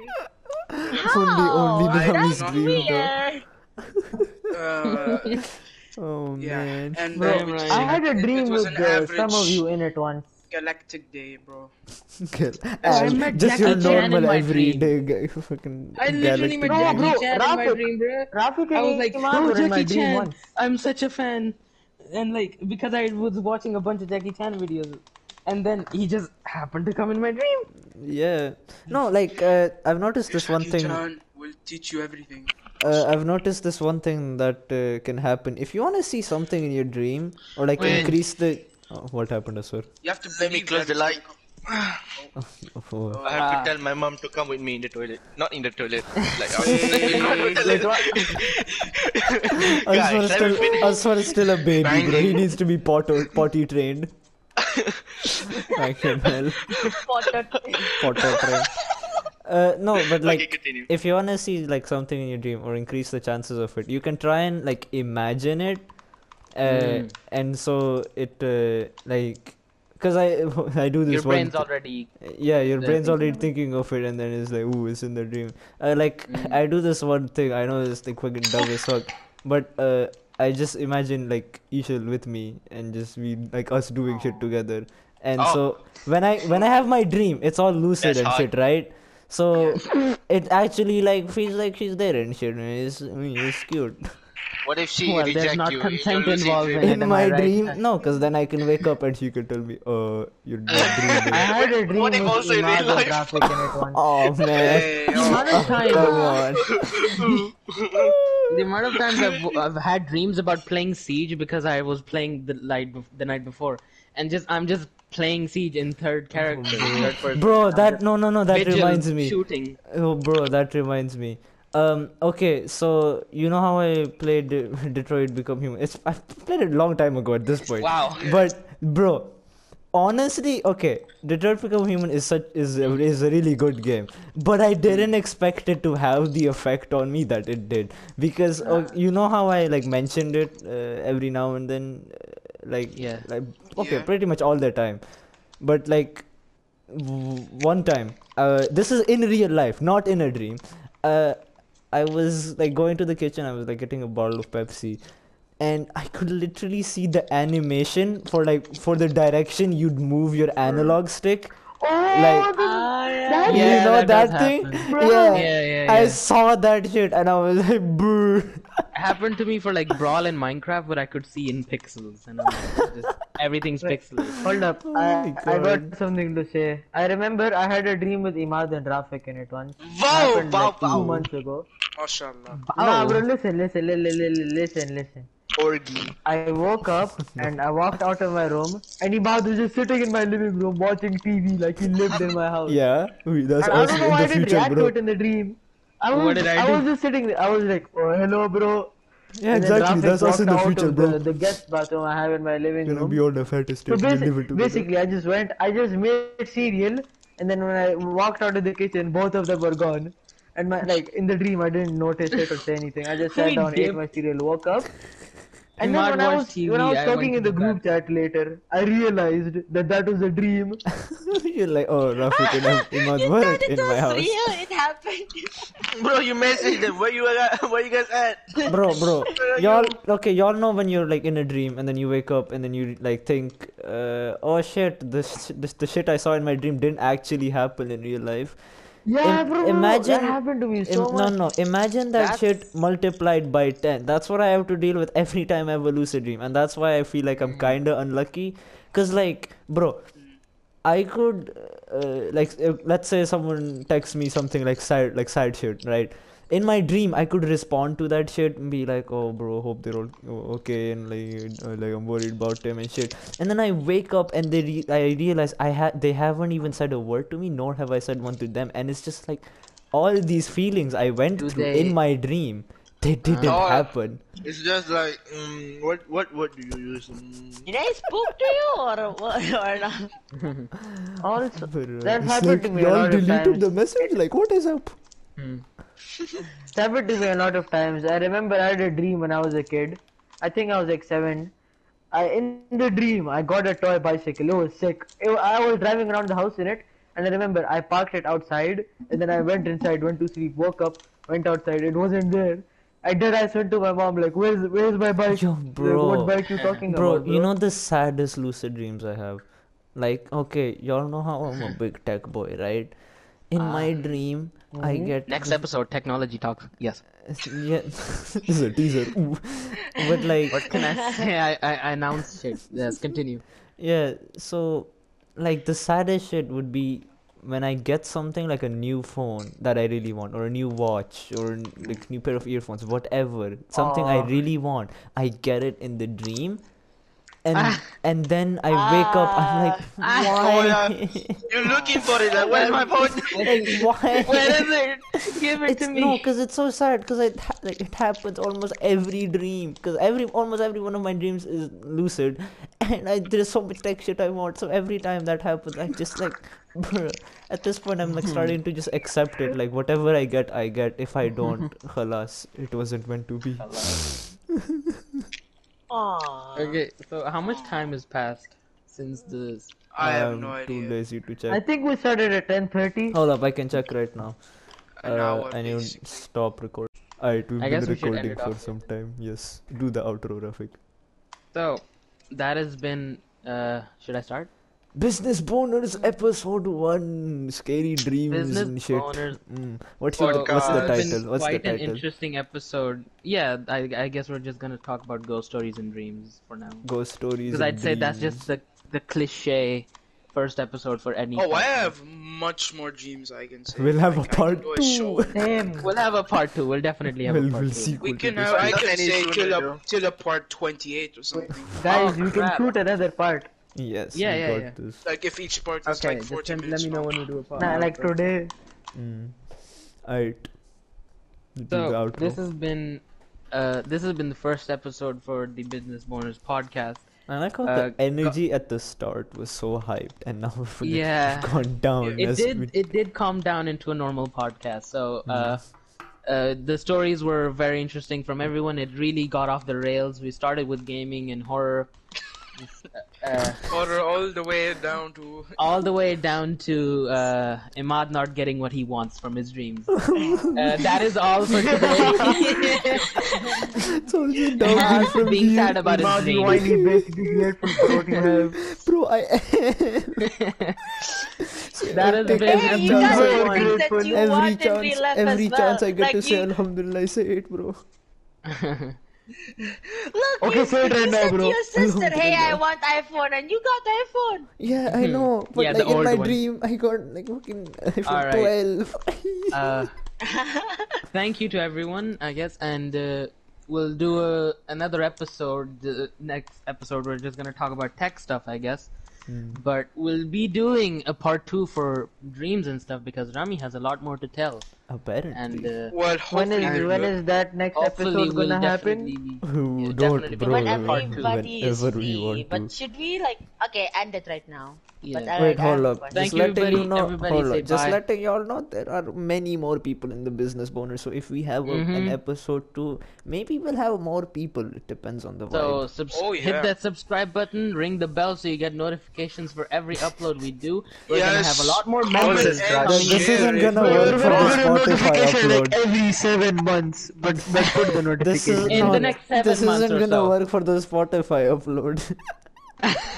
Speaker 2: If only, only
Speaker 6: I
Speaker 2: now
Speaker 6: don't
Speaker 2: he's
Speaker 6: know.
Speaker 2: dream, though.
Speaker 6: Uh,
Speaker 2: Oh
Speaker 6: yeah.
Speaker 2: man.
Speaker 6: And
Speaker 1: Bro,
Speaker 6: uh, we just-
Speaker 4: I had a
Speaker 6: it-
Speaker 4: dream
Speaker 6: it was
Speaker 4: with
Speaker 6: an
Speaker 4: uh,
Speaker 6: average
Speaker 4: some of you in it once.
Speaker 6: galactic day, bro.
Speaker 2: Girl,
Speaker 1: I
Speaker 2: Al,
Speaker 1: met
Speaker 2: just your
Speaker 1: Jackie Chan in
Speaker 2: normal
Speaker 1: my
Speaker 2: everyday guy, fucking
Speaker 1: I literally
Speaker 2: galactic
Speaker 1: met
Speaker 2: guy.
Speaker 1: Jackie Chan in my
Speaker 4: Rafik.
Speaker 1: dream, bro.
Speaker 4: Rafiq
Speaker 1: I
Speaker 4: and
Speaker 1: was like,
Speaker 4: Iman
Speaker 1: "Oh,
Speaker 4: were in my
Speaker 1: Jackie
Speaker 4: dream
Speaker 1: Chan!
Speaker 4: once.
Speaker 1: I'm such a fan!" And like, because I was watching a bunch of Jackie Chan videos, and then he just happened to come in my dream.
Speaker 2: Yeah. No, like uh, I've noticed this one
Speaker 6: Jackie
Speaker 2: thing.
Speaker 6: Chan will teach you everything.
Speaker 2: Uh, I've noticed this one thing that uh, can happen if you want to see something in your dream or like
Speaker 7: Wait.
Speaker 2: increase the. Oh, what happened, Aswar?
Speaker 6: You have to
Speaker 7: Let me
Speaker 6: believe
Speaker 7: close
Speaker 6: that
Speaker 7: the
Speaker 6: it's
Speaker 7: light.
Speaker 2: Oh,
Speaker 7: I have to tell my mom to come with me in the toilet. Not in the toilet. Like, out. Guys,
Speaker 2: Aswar is
Speaker 7: let
Speaker 2: still,
Speaker 7: me finish.
Speaker 2: Aswar is still a baby, bro. He needs to be potto, potty trained. I can help. Potto trained. Uh, no, but like,
Speaker 7: Okay, continue.
Speaker 2: if you want to see like something in your dream or increase the chances of it, you can try and like imagine it, uh,
Speaker 1: Hmm.
Speaker 2: and so it uh, like, cause I I do this
Speaker 1: Your
Speaker 2: one.
Speaker 1: brain's
Speaker 2: thi-
Speaker 1: already
Speaker 2: yeah, your
Speaker 1: the
Speaker 2: brain's
Speaker 1: thing.
Speaker 2: already thinking of it, and then it's like, ooh, it's in the dream. Uh, like I do this one thing. I know this thing fucking dumb as fuck, but uh, I just imagine like Ishil with me, and just we like us doing shit together. And
Speaker 7: Oh.
Speaker 2: so when I when I have my dream, it's all lucid
Speaker 7: That's
Speaker 2: and
Speaker 7: hard.
Speaker 2: shit, right? So it actually like feels like she's there and shit. and It's, I mean, it's cute.
Speaker 7: What if she
Speaker 1: Well, there's
Speaker 7: reject
Speaker 1: not
Speaker 7: you? in your
Speaker 1: consent
Speaker 7: lucid
Speaker 1: involved
Speaker 7: dream?
Speaker 1: in it.
Speaker 2: In
Speaker 1: am
Speaker 2: my
Speaker 1: I right?
Speaker 2: dream, no, because then I can wake up and she can tell me, uh, you're not
Speaker 4: I
Speaker 2: dreaming.
Speaker 4: had a dream
Speaker 7: What if
Speaker 4: with
Speaker 7: also in
Speaker 4: Iman
Speaker 7: real
Speaker 4: and
Speaker 7: life?
Speaker 4: Rafiq in it once.
Speaker 2: Oh man,
Speaker 6: Hey,
Speaker 1: The
Speaker 6: yo,
Speaker 1: amount of times,
Speaker 2: come on.
Speaker 1: the amount of times I've, I've had dreams about playing Siege because I was playing the night bef- the night before, and just I'm just playing Siege in third character, third person.
Speaker 2: Bro, that no no no that
Speaker 1: Vigil
Speaker 2: reminds me.
Speaker 1: Shooting.
Speaker 2: Oh, bro, that reminds me. Um, okay, so you know how I played De- Detroit Become Human? It's I played it a long time ago at this point.
Speaker 7: Wow.
Speaker 2: But bro, honestly, okay, Detroit Become Human is such is a, is a really good game, but I didn't expect it to have the effect on me that it did because uh, you know how I like mentioned it uh, every now and then, uh, like
Speaker 1: Yeah.
Speaker 2: like okay,
Speaker 6: Yeah.
Speaker 2: pretty much all the time, but like w- one time uh, this is in real life not in a dream uh, i was like going to the kitchen i was like getting a bottle of pepsi and i could literally see the animation for like for the direction you'd move your analog stick
Speaker 4: Oh,
Speaker 2: like
Speaker 3: Ah, yeah.
Speaker 1: Yeah,
Speaker 2: you know
Speaker 1: that does
Speaker 2: that, thing?
Speaker 1: happen.
Speaker 2: Yeah.
Speaker 1: Yeah, yeah,
Speaker 2: I
Speaker 1: yeah.
Speaker 2: saw that shit and I was like, boo.
Speaker 1: happened to me for like brawl in Minecraft, but I could see in pixels, and I was just, everything's pixelated.
Speaker 4: Hold up,
Speaker 2: my
Speaker 4: I, I
Speaker 2: God.
Speaker 4: got something to say. I remember I had a dream with Imad and Rafik in it once.
Speaker 6: Oh,
Speaker 7: Wow,
Speaker 4: Happened,
Speaker 7: wow,
Speaker 4: like, two
Speaker 7: wow.
Speaker 4: months ago.
Speaker 6: Mashallah.
Speaker 1: Oh.
Speaker 4: Nah, bro, listen, listen, li- li- li- li- listen, listen.
Speaker 7: Orgy.
Speaker 4: I woke up and I walked out of my room, and Imad was just sitting in my living room watching TV like he lived in my house.
Speaker 2: Yeah, we- that's
Speaker 4: And I don't
Speaker 2: us
Speaker 4: know
Speaker 2: in
Speaker 4: why I
Speaker 2: the
Speaker 4: didn't
Speaker 2: future,
Speaker 4: react to
Speaker 2: bro.
Speaker 4: it in the dream. I was,
Speaker 1: What did I do?
Speaker 4: was just sitting there. I was like, oh, hello, bro.
Speaker 2: Yeah,
Speaker 4: And then
Speaker 2: exactly.
Speaker 4: Rafik
Speaker 2: That's us in the
Speaker 4: walked out
Speaker 2: future,
Speaker 4: of
Speaker 2: bro.
Speaker 4: The, the guest bathroom I have in my living
Speaker 2: Gonna
Speaker 4: room.
Speaker 2: be all the fattest
Speaker 4: So
Speaker 2: state. We live it together.
Speaker 4: basic, basically, I just went, I just made cereal, and then when I walked out of the kitchen, both of them were gone. And my like in the dream, I didn't notice it or say anything. I just sat
Speaker 1: We
Speaker 4: down, ate
Speaker 1: dip.
Speaker 4: my cereal, woke up. And
Speaker 1: Imad
Speaker 4: then when I
Speaker 1: watched
Speaker 4: was
Speaker 1: TV,
Speaker 4: when I was
Speaker 1: I
Speaker 4: talking
Speaker 1: went
Speaker 4: in the
Speaker 1: to
Speaker 4: group chat later, I realized that that was a dream.
Speaker 2: You're like, oh, Rafik and I- Imad were
Speaker 3: It
Speaker 2: in
Speaker 3: was
Speaker 2: my house.
Speaker 3: real. It happened.
Speaker 7: Bro, you messaged them. Where you at? Where you guys at?
Speaker 2: bro bro y'all okay y'all know when you're like in a dream and then you wake up and then you like think uh, oh shit this, this the shit i saw in my dream didn't actually happen in real life
Speaker 4: Yeah,
Speaker 2: Im-
Speaker 4: bro,
Speaker 2: imagine
Speaker 4: that happened to me so
Speaker 2: im- no
Speaker 4: much.
Speaker 2: no imagine that shit multiplied by 10 that's what i have to deal with every time i have a lucid dream and that's why i feel like
Speaker 4: Mm.
Speaker 2: i'm kinda unlucky because like bro I could uh, like if, let's say someone texts me something like sad like sad shit, right? In my dream, I could respond to that shit and be like, "Oh, bro, hope they're all o- okay," and like, uh, like I'm worried about them and shit. And then I wake up and they re- I realize I ha- they haven't even said a word to me, nor have I said one to them, and it's just like all these feelings I went
Speaker 1: Do
Speaker 2: through
Speaker 1: they- Ah.
Speaker 2: in my dream, they didn't
Speaker 7: Oh.
Speaker 2: happen.
Speaker 7: It's just like, mm, what, what, what do you use? Mm,
Speaker 3: Did I spook to you or what? Or not?
Speaker 4: Also,
Speaker 2: Bro,
Speaker 4: that
Speaker 2: it's
Speaker 4: happened
Speaker 2: like
Speaker 4: to me a
Speaker 2: y'all
Speaker 4: lot of
Speaker 2: deleted
Speaker 4: times.
Speaker 2: the message. Like, what is up?
Speaker 4: It's happened to me a lot of times. I remember I had a dream when I was a kid. I think I was like seven. I in the dream I got a toy bicycle. It was sick. It, I was driving around the house in it, and I remember I parked it outside, and then I went inside, went to sleep, woke up, went outside. It wasn't there. I did. I went to my mom like, "Where's where's my bike?
Speaker 2: Yo,
Speaker 4: Like,
Speaker 2: bro.
Speaker 4: what bike you talking
Speaker 2: bro,
Speaker 4: about, bro?"
Speaker 2: you know the saddest lucid dreams I have. Like, okay, y'all know how I'm a big tech boy, right? In my
Speaker 4: Ah.
Speaker 2: dream, I
Speaker 4: Mm-hmm.
Speaker 2: get
Speaker 1: Next
Speaker 2: this-
Speaker 1: episode, technology talk. Yes.
Speaker 2: Yeah, this is a teaser. Ooh. But like,
Speaker 1: What can I say? I, I, I announce shit. Yes, continue.
Speaker 2: yeah. So, like, the saddest shit would be when I get something like a new phone that I really want, or a new watch, or n- like new pair of earphones, whatever. Something I really want. I get it in the dream. And
Speaker 1: Ah.
Speaker 2: and then I wake up. I'm like,
Speaker 7: Oh,
Speaker 2: why?
Speaker 7: yeah. You're looking for it. Like, where's my phone?
Speaker 2: like why?
Speaker 7: Where is it? Give
Speaker 2: it's no, because it's so sad. Because it ha- like it happens almost every dream. Because every almost every one of my dreams is lucid, and I, there's so much tech shit I want. So every time that happens, I just like, bruh, at this point, I'm like starting to just accept it. Like whatever I get, I get. If I don't, halas, it wasn't meant to be.
Speaker 3: Aww.
Speaker 1: Okay, so how much time has passed since this?
Speaker 6: I have
Speaker 2: I'm
Speaker 6: no
Speaker 2: Too
Speaker 6: idea.
Speaker 2: lazy to
Speaker 4: I
Speaker 2: check.
Speaker 4: think we started at ten thirty.
Speaker 1: Oh.
Speaker 2: Hold up, I can check right now.
Speaker 6: An
Speaker 2: Uh,
Speaker 6: hour,
Speaker 2: and you
Speaker 6: basically.
Speaker 2: stop recording. Alright, we've
Speaker 1: I
Speaker 2: been
Speaker 1: guess we should end
Speaker 2: recording
Speaker 1: it
Speaker 2: for
Speaker 1: off
Speaker 2: some time. Yes, do the outro, Rafik.
Speaker 1: So, that has been. Uh, should I start?
Speaker 2: Business bonus episode one. Scary dreams
Speaker 1: Business
Speaker 2: and shit.
Speaker 1: boners.
Speaker 2: Mm. What's your
Speaker 1: So,
Speaker 2: What's the
Speaker 1: this has been
Speaker 2: title? What's the
Speaker 1: quite an
Speaker 2: title?
Speaker 1: interesting episode. Yeah, I, I guess we're just gonna talk about ghost stories and dreams for now.
Speaker 2: Ghost stories.
Speaker 1: Because
Speaker 2: and
Speaker 1: I'd say that's just
Speaker 2: dreams.
Speaker 1: the the cliche first episode for any.
Speaker 6: Oh, I
Speaker 1: podcast.
Speaker 6: have much more dreams I can say.
Speaker 2: We'll have a
Speaker 6: Like, I can
Speaker 2: part
Speaker 6: do a show.
Speaker 2: two.
Speaker 4: Same.
Speaker 1: We'll have a part two. We'll definitely have
Speaker 2: we'll
Speaker 1: a part
Speaker 2: we'll
Speaker 1: two.
Speaker 2: sequel
Speaker 6: We
Speaker 2: to
Speaker 6: can
Speaker 2: this.
Speaker 6: have, I
Speaker 7: Not
Speaker 6: can
Speaker 7: any
Speaker 6: say
Speaker 7: sooner,
Speaker 6: till
Speaker 7: though.
Speaker 6: a, till a part 28 or something.
Speaker 4: Guys,
Speaker 1: Oh,
Speaker 4: you can
Speaker 1: crap.
Speaker 4: shoot another part.
Speaker 2: Yes.
Speaker 1: Yeah,
Speaker 2: we
Speaker 1: yeah,
Speaker 2: got
Speaker 1: yeah.
Speaker 2: this.
Speaker 6: Like if each part is
Speaker 1: Okay,
Speaker 6: like
Speaker 1: just
Speaker 6: 40
Speaker 1: let, let
Speaker 6: minutes
Speaker 1: me know
Speaker 6: long.
Speaker 1: when you do a part.
Speaker 4: Nah, like today.
Speaker 2: Mm. Alright. Do the
Speaker 1: So
Speaker 2: outro.
Speaker 1: this has been, uh, this has been the first episode for the Business Boners podcast.
Speaker 2: I like how
Speaker 1: uh,
Speaker 2: the energy at the start was so hyped, and now we've like,
Speaker 1: Yeah.
Speaker 2: gone down.
Speaker 1: It
Speaker 2: as
Speaker 1: did
Speaker 2: Oh, we-
Speaker 1: it did calm down into a normal podcast. So uh, uh, the stories were very interesting from everyone. It really got off the rails. We started with gaming and horror. Uh,
Speaker 6: Or all the way down to.
Speaker 1: all the way down to uh, Imad not getting what he wants from his dreams. uh, that is all for today.
Speaker 2: So I'm just down from
Speaker 1: being
Speaker 2: here.
Speaker 1: sad about his
Speaker 4: Imagine
Speaker 1: veins.
Speaker 4: why he basically here from protein health.
Speaker 2: Bro, I
Speaker 1: That has
Speaker 2: Hey,
Speaker 1: been episode
Speaker 3: Hey, you guys
Speaker 4: so
Speaker 1: one.
Speaker 3: are things that you
Speaker 2: every
Speaker 3: want in
Speaker 2: chance,
Speaker 3: real life
Speaker 2: every
Speaker 3: as well.
Speaker 2: chance I get
Speaker 3: like
Speaker 2: to
Speaker 3: you,
Speaker 2: say Alhamdulillah, I say it, bro.
Speaker 3: Look,
Speaker 4: Okay,
Speaker 3: you,
Speaker 4: say it
Speaker 3: you
Speaker 4: right now,
Speaker 3: said to
Speaker 4: bro.
Speaker 3: your sister, "Hey, I want iPhone," and you got iPhone.
Speaker 2: Mm-hmm. Yeah, I know, but
Speaker 1: Yeah, the
Speaker 2: like in
Speaker 1: old
Speaker 2: my
Speaker 1: one.
Speaker 2: dream, I got like fucking iPhone
Speaker 1: Alright.
Speaker 2: 12.
Speaker 1: Uh, thank you to everyone, I guess, and uh, we'll do a, another episode. The next episode, we're just gonna talk about tech stuff, I guess.
Speaker 2: Mm,
Speaker 1: But we'll be doing a part two for dreams and stuff because Rami has a lot more to tell,
Speaker 2: Apparently.
Speaker 1: and uh,
Speaker 7: Well,
Speaker 4: When
Speaker 7: hopefully,
Speaker 4: is
Speaker 7: we'll
Speaker 4: when
Speaker 7: do it.
Speaker 4: is that next
Speaker 1: hopefully
Speaker 4: episode
Speaker 1: we'll
Speaker 4: gonna
Speaker 1: definitely
Speaker 4: happen?
Speaker 1: be.
Speaker 2: Who
Speaker 1: uh, Yeah,
Speaker 2: don't,
Speaker 1: definitely,
Speaker 2: bro?
Speaker 1: but
Speaker 3: When everybody is
Speaker 2: whenever we
Speaker 3: free,
Speaker 2: want to.
Speaker 3: but should we like okay end it right now? But
Speaker 1: Yeah.
Speaker 3: I-
Speaker 2: Wait,
Speaker 3: I have
Speaker 2: hold
Speaker 3: a
Speaker 2: up.
Speaker 3: question.
Speaker 1: Thank
Speaker 2: Just
Speaker 1: you,
Speaker 2: letting you
Speaker 1: everybody-
Speaker 2: know,
Speaker 1: everybody
Speaker 2: hold
Speaker 1: say
Speaker 2: up. Just
Speaker 1: bye.
Speaker 2: letting y'all know, there are many more people in the business boner. So if we have a, an episode two, maybe we'll have more people. It depends on the
Speaker 1: So
Speaker 2: vibe.
Speaker 1: subs-
Speaker 7: Oh,
Speaker 1: hit
Speaker 7: yeah.
Speaker 1: that subscribe button, ring the bell so you get notifications for every upload we do. We're gonna have a lot more members.
Speaker 7: Comment and
Speaker 1: coming in.
Speaker 2: this
Speaker 7: share
Speaker 2: isn't
Speaker 7: it.
Speaker 2: gonna
Speaker 4: We're
Speaker 2: work for
Speaker 4: gonna
Speaker 2: the
Speaker 4: get a
Speaker 2: Spotify
Speaker 4: notification like
Speaker 2: upload.
Speaker 4: every seven months, but but put the
Speaker 2: This is
Speaker 4: notification.
Speaker 1: In
Speaker 2: no,
Speaker 1: the next seven
Speaker 2: this
Speaker 1: months
Speaker 2: isn't
Speaker 1: or
Speaker 2: gonna
Speaker 1: so.
Speaker 2: work for the Spotify upload.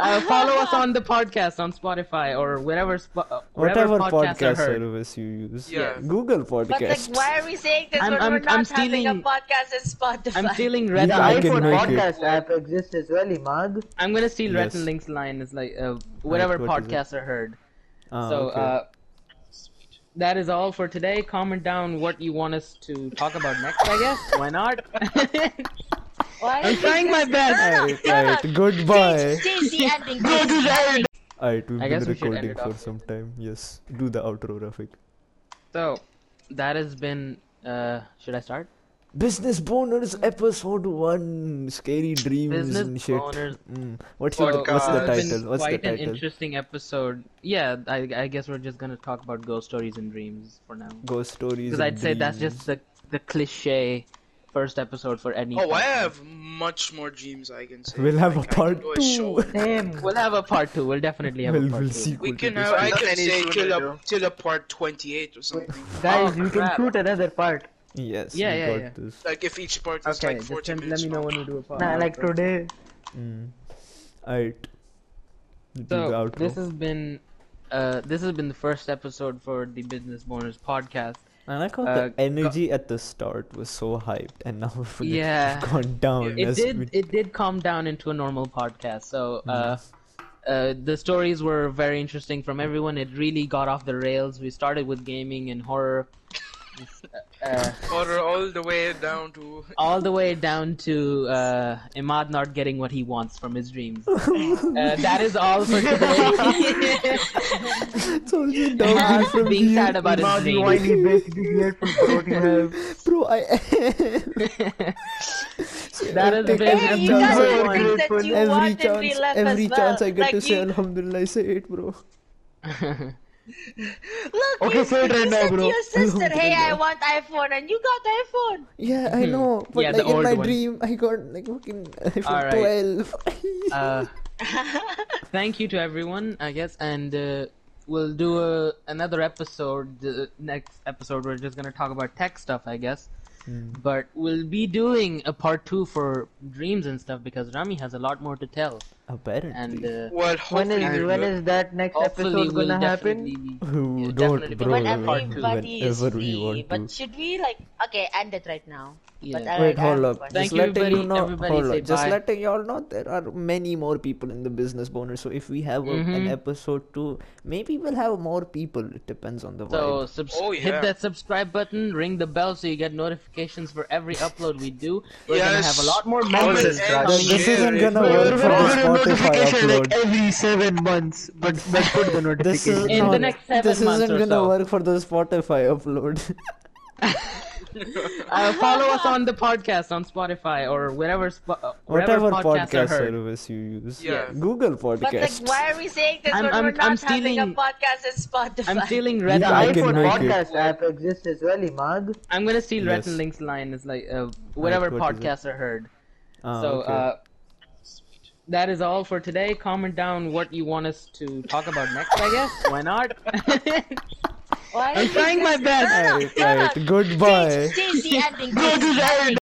Speaker 1: Uh, follow us on the podcast on Spotify or wherever, spo- uh, wherever
Speaker 2: Whatever
Speaker 1: podcasts are
Speaker 2: podcast
Speaker 1: heard.
Speaker 2: service you use,
Speaker 7: Yeah.
Speaker 2: Google
Speaker 3: But like,
Speaker 2: Podcast.
Speaker 3: why are we saying this
Speaker 1: I'm-
Speaker 3: when
Speaker 1: I'm-
Speaker 3: we're not
Speaker 1: I'm
Speaker 3: having a
Speaker 1: stealing-
Speaker 3: podcast at Spotify?
Speaker 1: I'm stealing
Speaker 4: The
Speaker 1: Red.
Speaker 2: Yeah, I
Speaker 1: Lin-
Speaker 2: can
Speaker 4: iPhone
Speaker 2: make it.
Speaker 4: podcast app exists as well, Imad.
Speaker 1: I'm gonna steal Red
Speaker 2: Yes.
Speaker 1: and Link's line. It's like uh, whatever
Speaker 2: Right, what is it?
Speaker 1: podcasts are heard.
Speaker 2: Ah,
Speaker 1: so
Speaker 2: okay.
Speaker 1: uh, that is all for today. Comment down what you want us to talk about next. I guess why not?
Speaker 3: Why
Speaker 1: I'm
Speaker 3: is this-
Speaker 1: trying my best.
Speaker 2: Alright, alright, goodbye.
Speaker 3: Change, change the ending.
Speaker 2: Alright, we've
Speaker 1: I
Speaker 2: been
Speaker 1: guess we should end
Speaker 2: recording
Speaker 1: it
Speaker 2: for
Speaker 1: off.
Speaker 2: some time. Yes, do the outro, Rafik.
Speaker 1: So that has been. Uh, should I start?
Speaker 2: Business boners episode one. Scary dreams
Speaker 1: Business
Speaker 2: and Mm, shit.
Speaker 1: boners.
Speaker 2: Mm. What's, your, what's
Speaker 7: Podcast.
Speaker 2: the
Speaker 1: It's been
Speaker 2: title? What's the
Speaker 1: quite an
Speaker 2: title?
Speaker 1: interesting episode. Yeah, I, I guess we're just gonna talk about ghost stories and dreams for now.
Speaker 2: Ghost stories.
Speaker 1: Because
Speaker 2: and
Speaker 1: I'd say that's just
Speaker 2: dreams.
Speaker 1: the the cliche first episode for any.
Speaker 7: Oh, I
Speaker 1: podcast.
Speaker 7: have much more dreams I can say.
Speaker 2: We'll have a
Speaker 7: Like, I
Speaker 2: part
Speaker 7: can do a
Speaker 2: two.
Speaker 7: show.
Speaker 4: Same.
Speaker 1: We'll have a part two. We'll definitely have
Speaker 2: We'll,
Speaker 1: a part
Speaker 2: we'll
Speaker 1: two.
Speaker 2: see.
Speaker 6: We can
Speaker 2: to
Speaker 6: have, I
Speaker 7: Not
Speaker 6: can
Speaker 7: any
Speaker 6: say
Speaker 7: sooner,
Speaker 6: till a,
Speaker 7: though.
Speaker 6: till a part 28 or something.
Speaker 4: Guys,
Speaker 1: Oh,
Speaker 4: we can
Speaker 1: crap.
Speaker 4: shoot another part.
Speaker 1: Yeah,
Speaker 2: Yes, we
Speaker 1: yeah,
Speaker 2: got
Speaker 1: yeah.
Speaker 2: this.
Speaker 6: Like if each part was
Speaker 1: Okay,
Speaker 6: like
Speaker 1: just
Speaker 6: 40
Speaker 1: let
Speaker 6: minutes
Speaker 1: me know
Speaker 6: long.
Speaker 1: when you do a part.
Speaker 4: Nah, like today.
Speaker 2: Mm. Alright. Do the
Speaker 1: So
Speaker 2: outro.
Speaker 1: this has been, uh, this has been the first episode for the Business Boners podcast.
Speaker 2: I like how
Speaker 1: uh,
Speaker 2: the energy at the start was so hyped, and now we've, we've
Speaker 1: Yeah.
Speaker 2: gone down.
Speaker 1: It
Speaker 2: as Oh, we-
Speaker 1: did it did calm down into a normal podcast. So uh, uh, the stories were very interesting from everyone. It really got off the rails. We started with gaming and horror. Uh,
Speaker 6: Or all the way down to.
Speaker 1: all the way down to uh, Imad not getting what he wants from his dreams. uh, that is all for today.
Speaker 2: It's all just downhill
Speaker 1: Us
Speaker 2: from
Speaker 1: being
Speaker 2: here.
Speaker 1: sad about his
Speaker 4: Imagine why
Speaker 1: dreams.
Speaker 4: he basically here from protein health.
Speaker 2: Bro, I.
Speaker 1: That has
Speaker 2: Take
Speaker 1: been
Speaker 2: every
Speaker 3: Hey, you guys
Speaker 2: chance-
Speaker 3: are things that you
Speaker 2: every
Speaker 3: want in
Speaker 2: chance,
Speaker 3: real life
Speaker 2: every
Speaker 3: as well.
Speaker 2: chance I get
Speaker 3: like
Speaker 2: to say
Speaker 3: you,
Speaker 2: Alhamdulillah, I say it, bro.
Speaker 3: Look,
Speaker 4: Okay,
Speaker 3: you,
Speaker 4: say it
Speaker 3: you
Speaker 4: right now,
Speaker 3: said to
Speaker 4: bro.
Speaker 3: your sister, "Hey, I want iPhone," and you got iPhone.
Speaker 2: Yeah, I know, but
Speaker 1: Hmm. Yeah, the
Speaker 2: like in
Speaker 1: old
Speaker 2: my
Speaker 1: one.
Speaker 2: dream, I got like fucking iPhone
Speaker 1: Alright.
Speaker 2: 12.
Speaker 1: Uh, thank you to everyone, I guess, and uh, we'll do a, another episode. The next episode, we're just gonna talk about tech stuff, I guess.
Speaker 4: Hmm.
Speaker 1: But we'll be doing a part two for dreams and stuff because Rami has a lot more to tell,
Speaker 2: Apparently.
Speaker 1: and uh,
Speaker 7: Well,
Speaker 4: When
Speaker 7: hopefully,
Speaker 4: is
Speaker 7: we'll
Speaker 4: when
Speaker 7: do it.
Speaker 4: is that next
Speaker 1: hopefully
Speaker 4: episode
Speaker 1: we'll
Speaker 4: gonna happen?
Speaker 1: definitely be.
Speaker 2: Who
Speaker 1: Yeah, definitely, but
Speaker 2: don't, bro?
Speaker 3: When
Speaker 1: Whenever
Speaker 2: Whenever,
Speaker 3: everybody is
Speaker 2: we
Speaker 3: free,
Speaker 2: want
Speaker 3: but
Speaker 2: to.
Speaker 3: should we like okay end it right now?
Speaker 1: Yeah.
Speaker 3: But I,
Speaker 2: Wait,
Speaker 3: I have
Speaker 2: hold
Speaker 3: a
Speaker 2: up.
Speaker 3: question.
Speaker 1: Thank
Speaker 2: Just
Speaker 1: you,
Speaker 2: letting you
Speaker 1: everybody-
Speaker 2: know,
Speaker 1: everybody
Speaker 2: hold
Speaker 1: say
Speaker 2: up. Just
Speaker 1: bye.
Speaker 2: letting y'all know, there are many more people in the business bonus. So if we have a, an
Speaker 1: Mhm.
Speaker 2: episode two, maybe we'll have more people. It depends on the
Speaker 1: So
Speaker 2: vibe.
Speaker 1: subs-
Speaker 7: Oh,
Speaker 1: hit
Speaker 7: yeah.
Speaker 1: that subscribe button, ring the bell so you get notifications for every upload we do. We're gonna have a lot more
Speaker 7: Comment
Speaker 1: members.
Speaker 7: and
Speaker 2: Th- this
Speaker 7: share
Speaker 2: isn't
Speaker 7: it.
Speaker 2: gonna
Speaker 7: Well,
Speaker 2: work for
Speaker 4: We're
Speaker 2: the
Speaker 4: gonna get
Speaker 2: Spotify
Speaker 4: a notification
Speaker 2: upload.
Speaker 4: like every seven months, but but put the
Speaker 2: This is
Speaker 4: notification.
Speaker 1: In
Speaker 2: not,
Speaker 1: the next seven
Speaker 2: this
Speaker 1: months
Speaker 2: isn't
Speaker 1: or
Speaker 2: gonna
Speaker 1: so.
Speaker 2: work for the Spotify upload.
Speaker 1: Uh, follow us on the podcast on Spotify or wherever, spo- uh, wherever
Speaker 2: Whatever
Speaker 1: podcasts are
Speaker 2: podcast
Speaker 1: heard.
Speaker 2: service you use,
Speaker 6: Yeah.
Speaker 2: Google
Speaker 3: But like,
Speaker 2: Podcast.
Speaker 3: why are we saying this
Speaker 1: I'm-
Speaker 3: when
Speaker 1: I'm-
Speaker 3: we're not
Speaker 1: I'm
Speaker 3: having a
Speaker 1: stealing-
Speaker 3: podcast at Spotify?
Speaker 1: I'm stealing
Speaker 4: The
Speaker 1: Red.
Speaker 2: Yeah, I
Speaker 1: Link.
Speaker 2: can
Speaker 4: iPhone
Speaker 2: make it.
Speaker 4: podcast app exists as well, Imad.
Speaker 1: I'm gonna steal Red
Speaker 2: Yes.
Speaker 1: and Link's line. It's like uh, whatever
Speaker 2: what is it?
Speaker 1: podcasts are heard.
Speaker 2: Ah,
Speaker 1: so
Speaker 2: okay.
Speaker 1: uh, that is all for today. Comment down what you want us to talk about next. I guess why not?
Speaker 3: Why
Speaker 1: I'm
Speaker 3: is
Speaker 1: trying my
Speaker 3: this-
Speaker 1: best.
Speaker 3: No, no,
Speaker 2: Alright,
Speaker 3: no, no.
Speaker 2: alright, goodbye.
Speaker 3: Change, change the ending. please.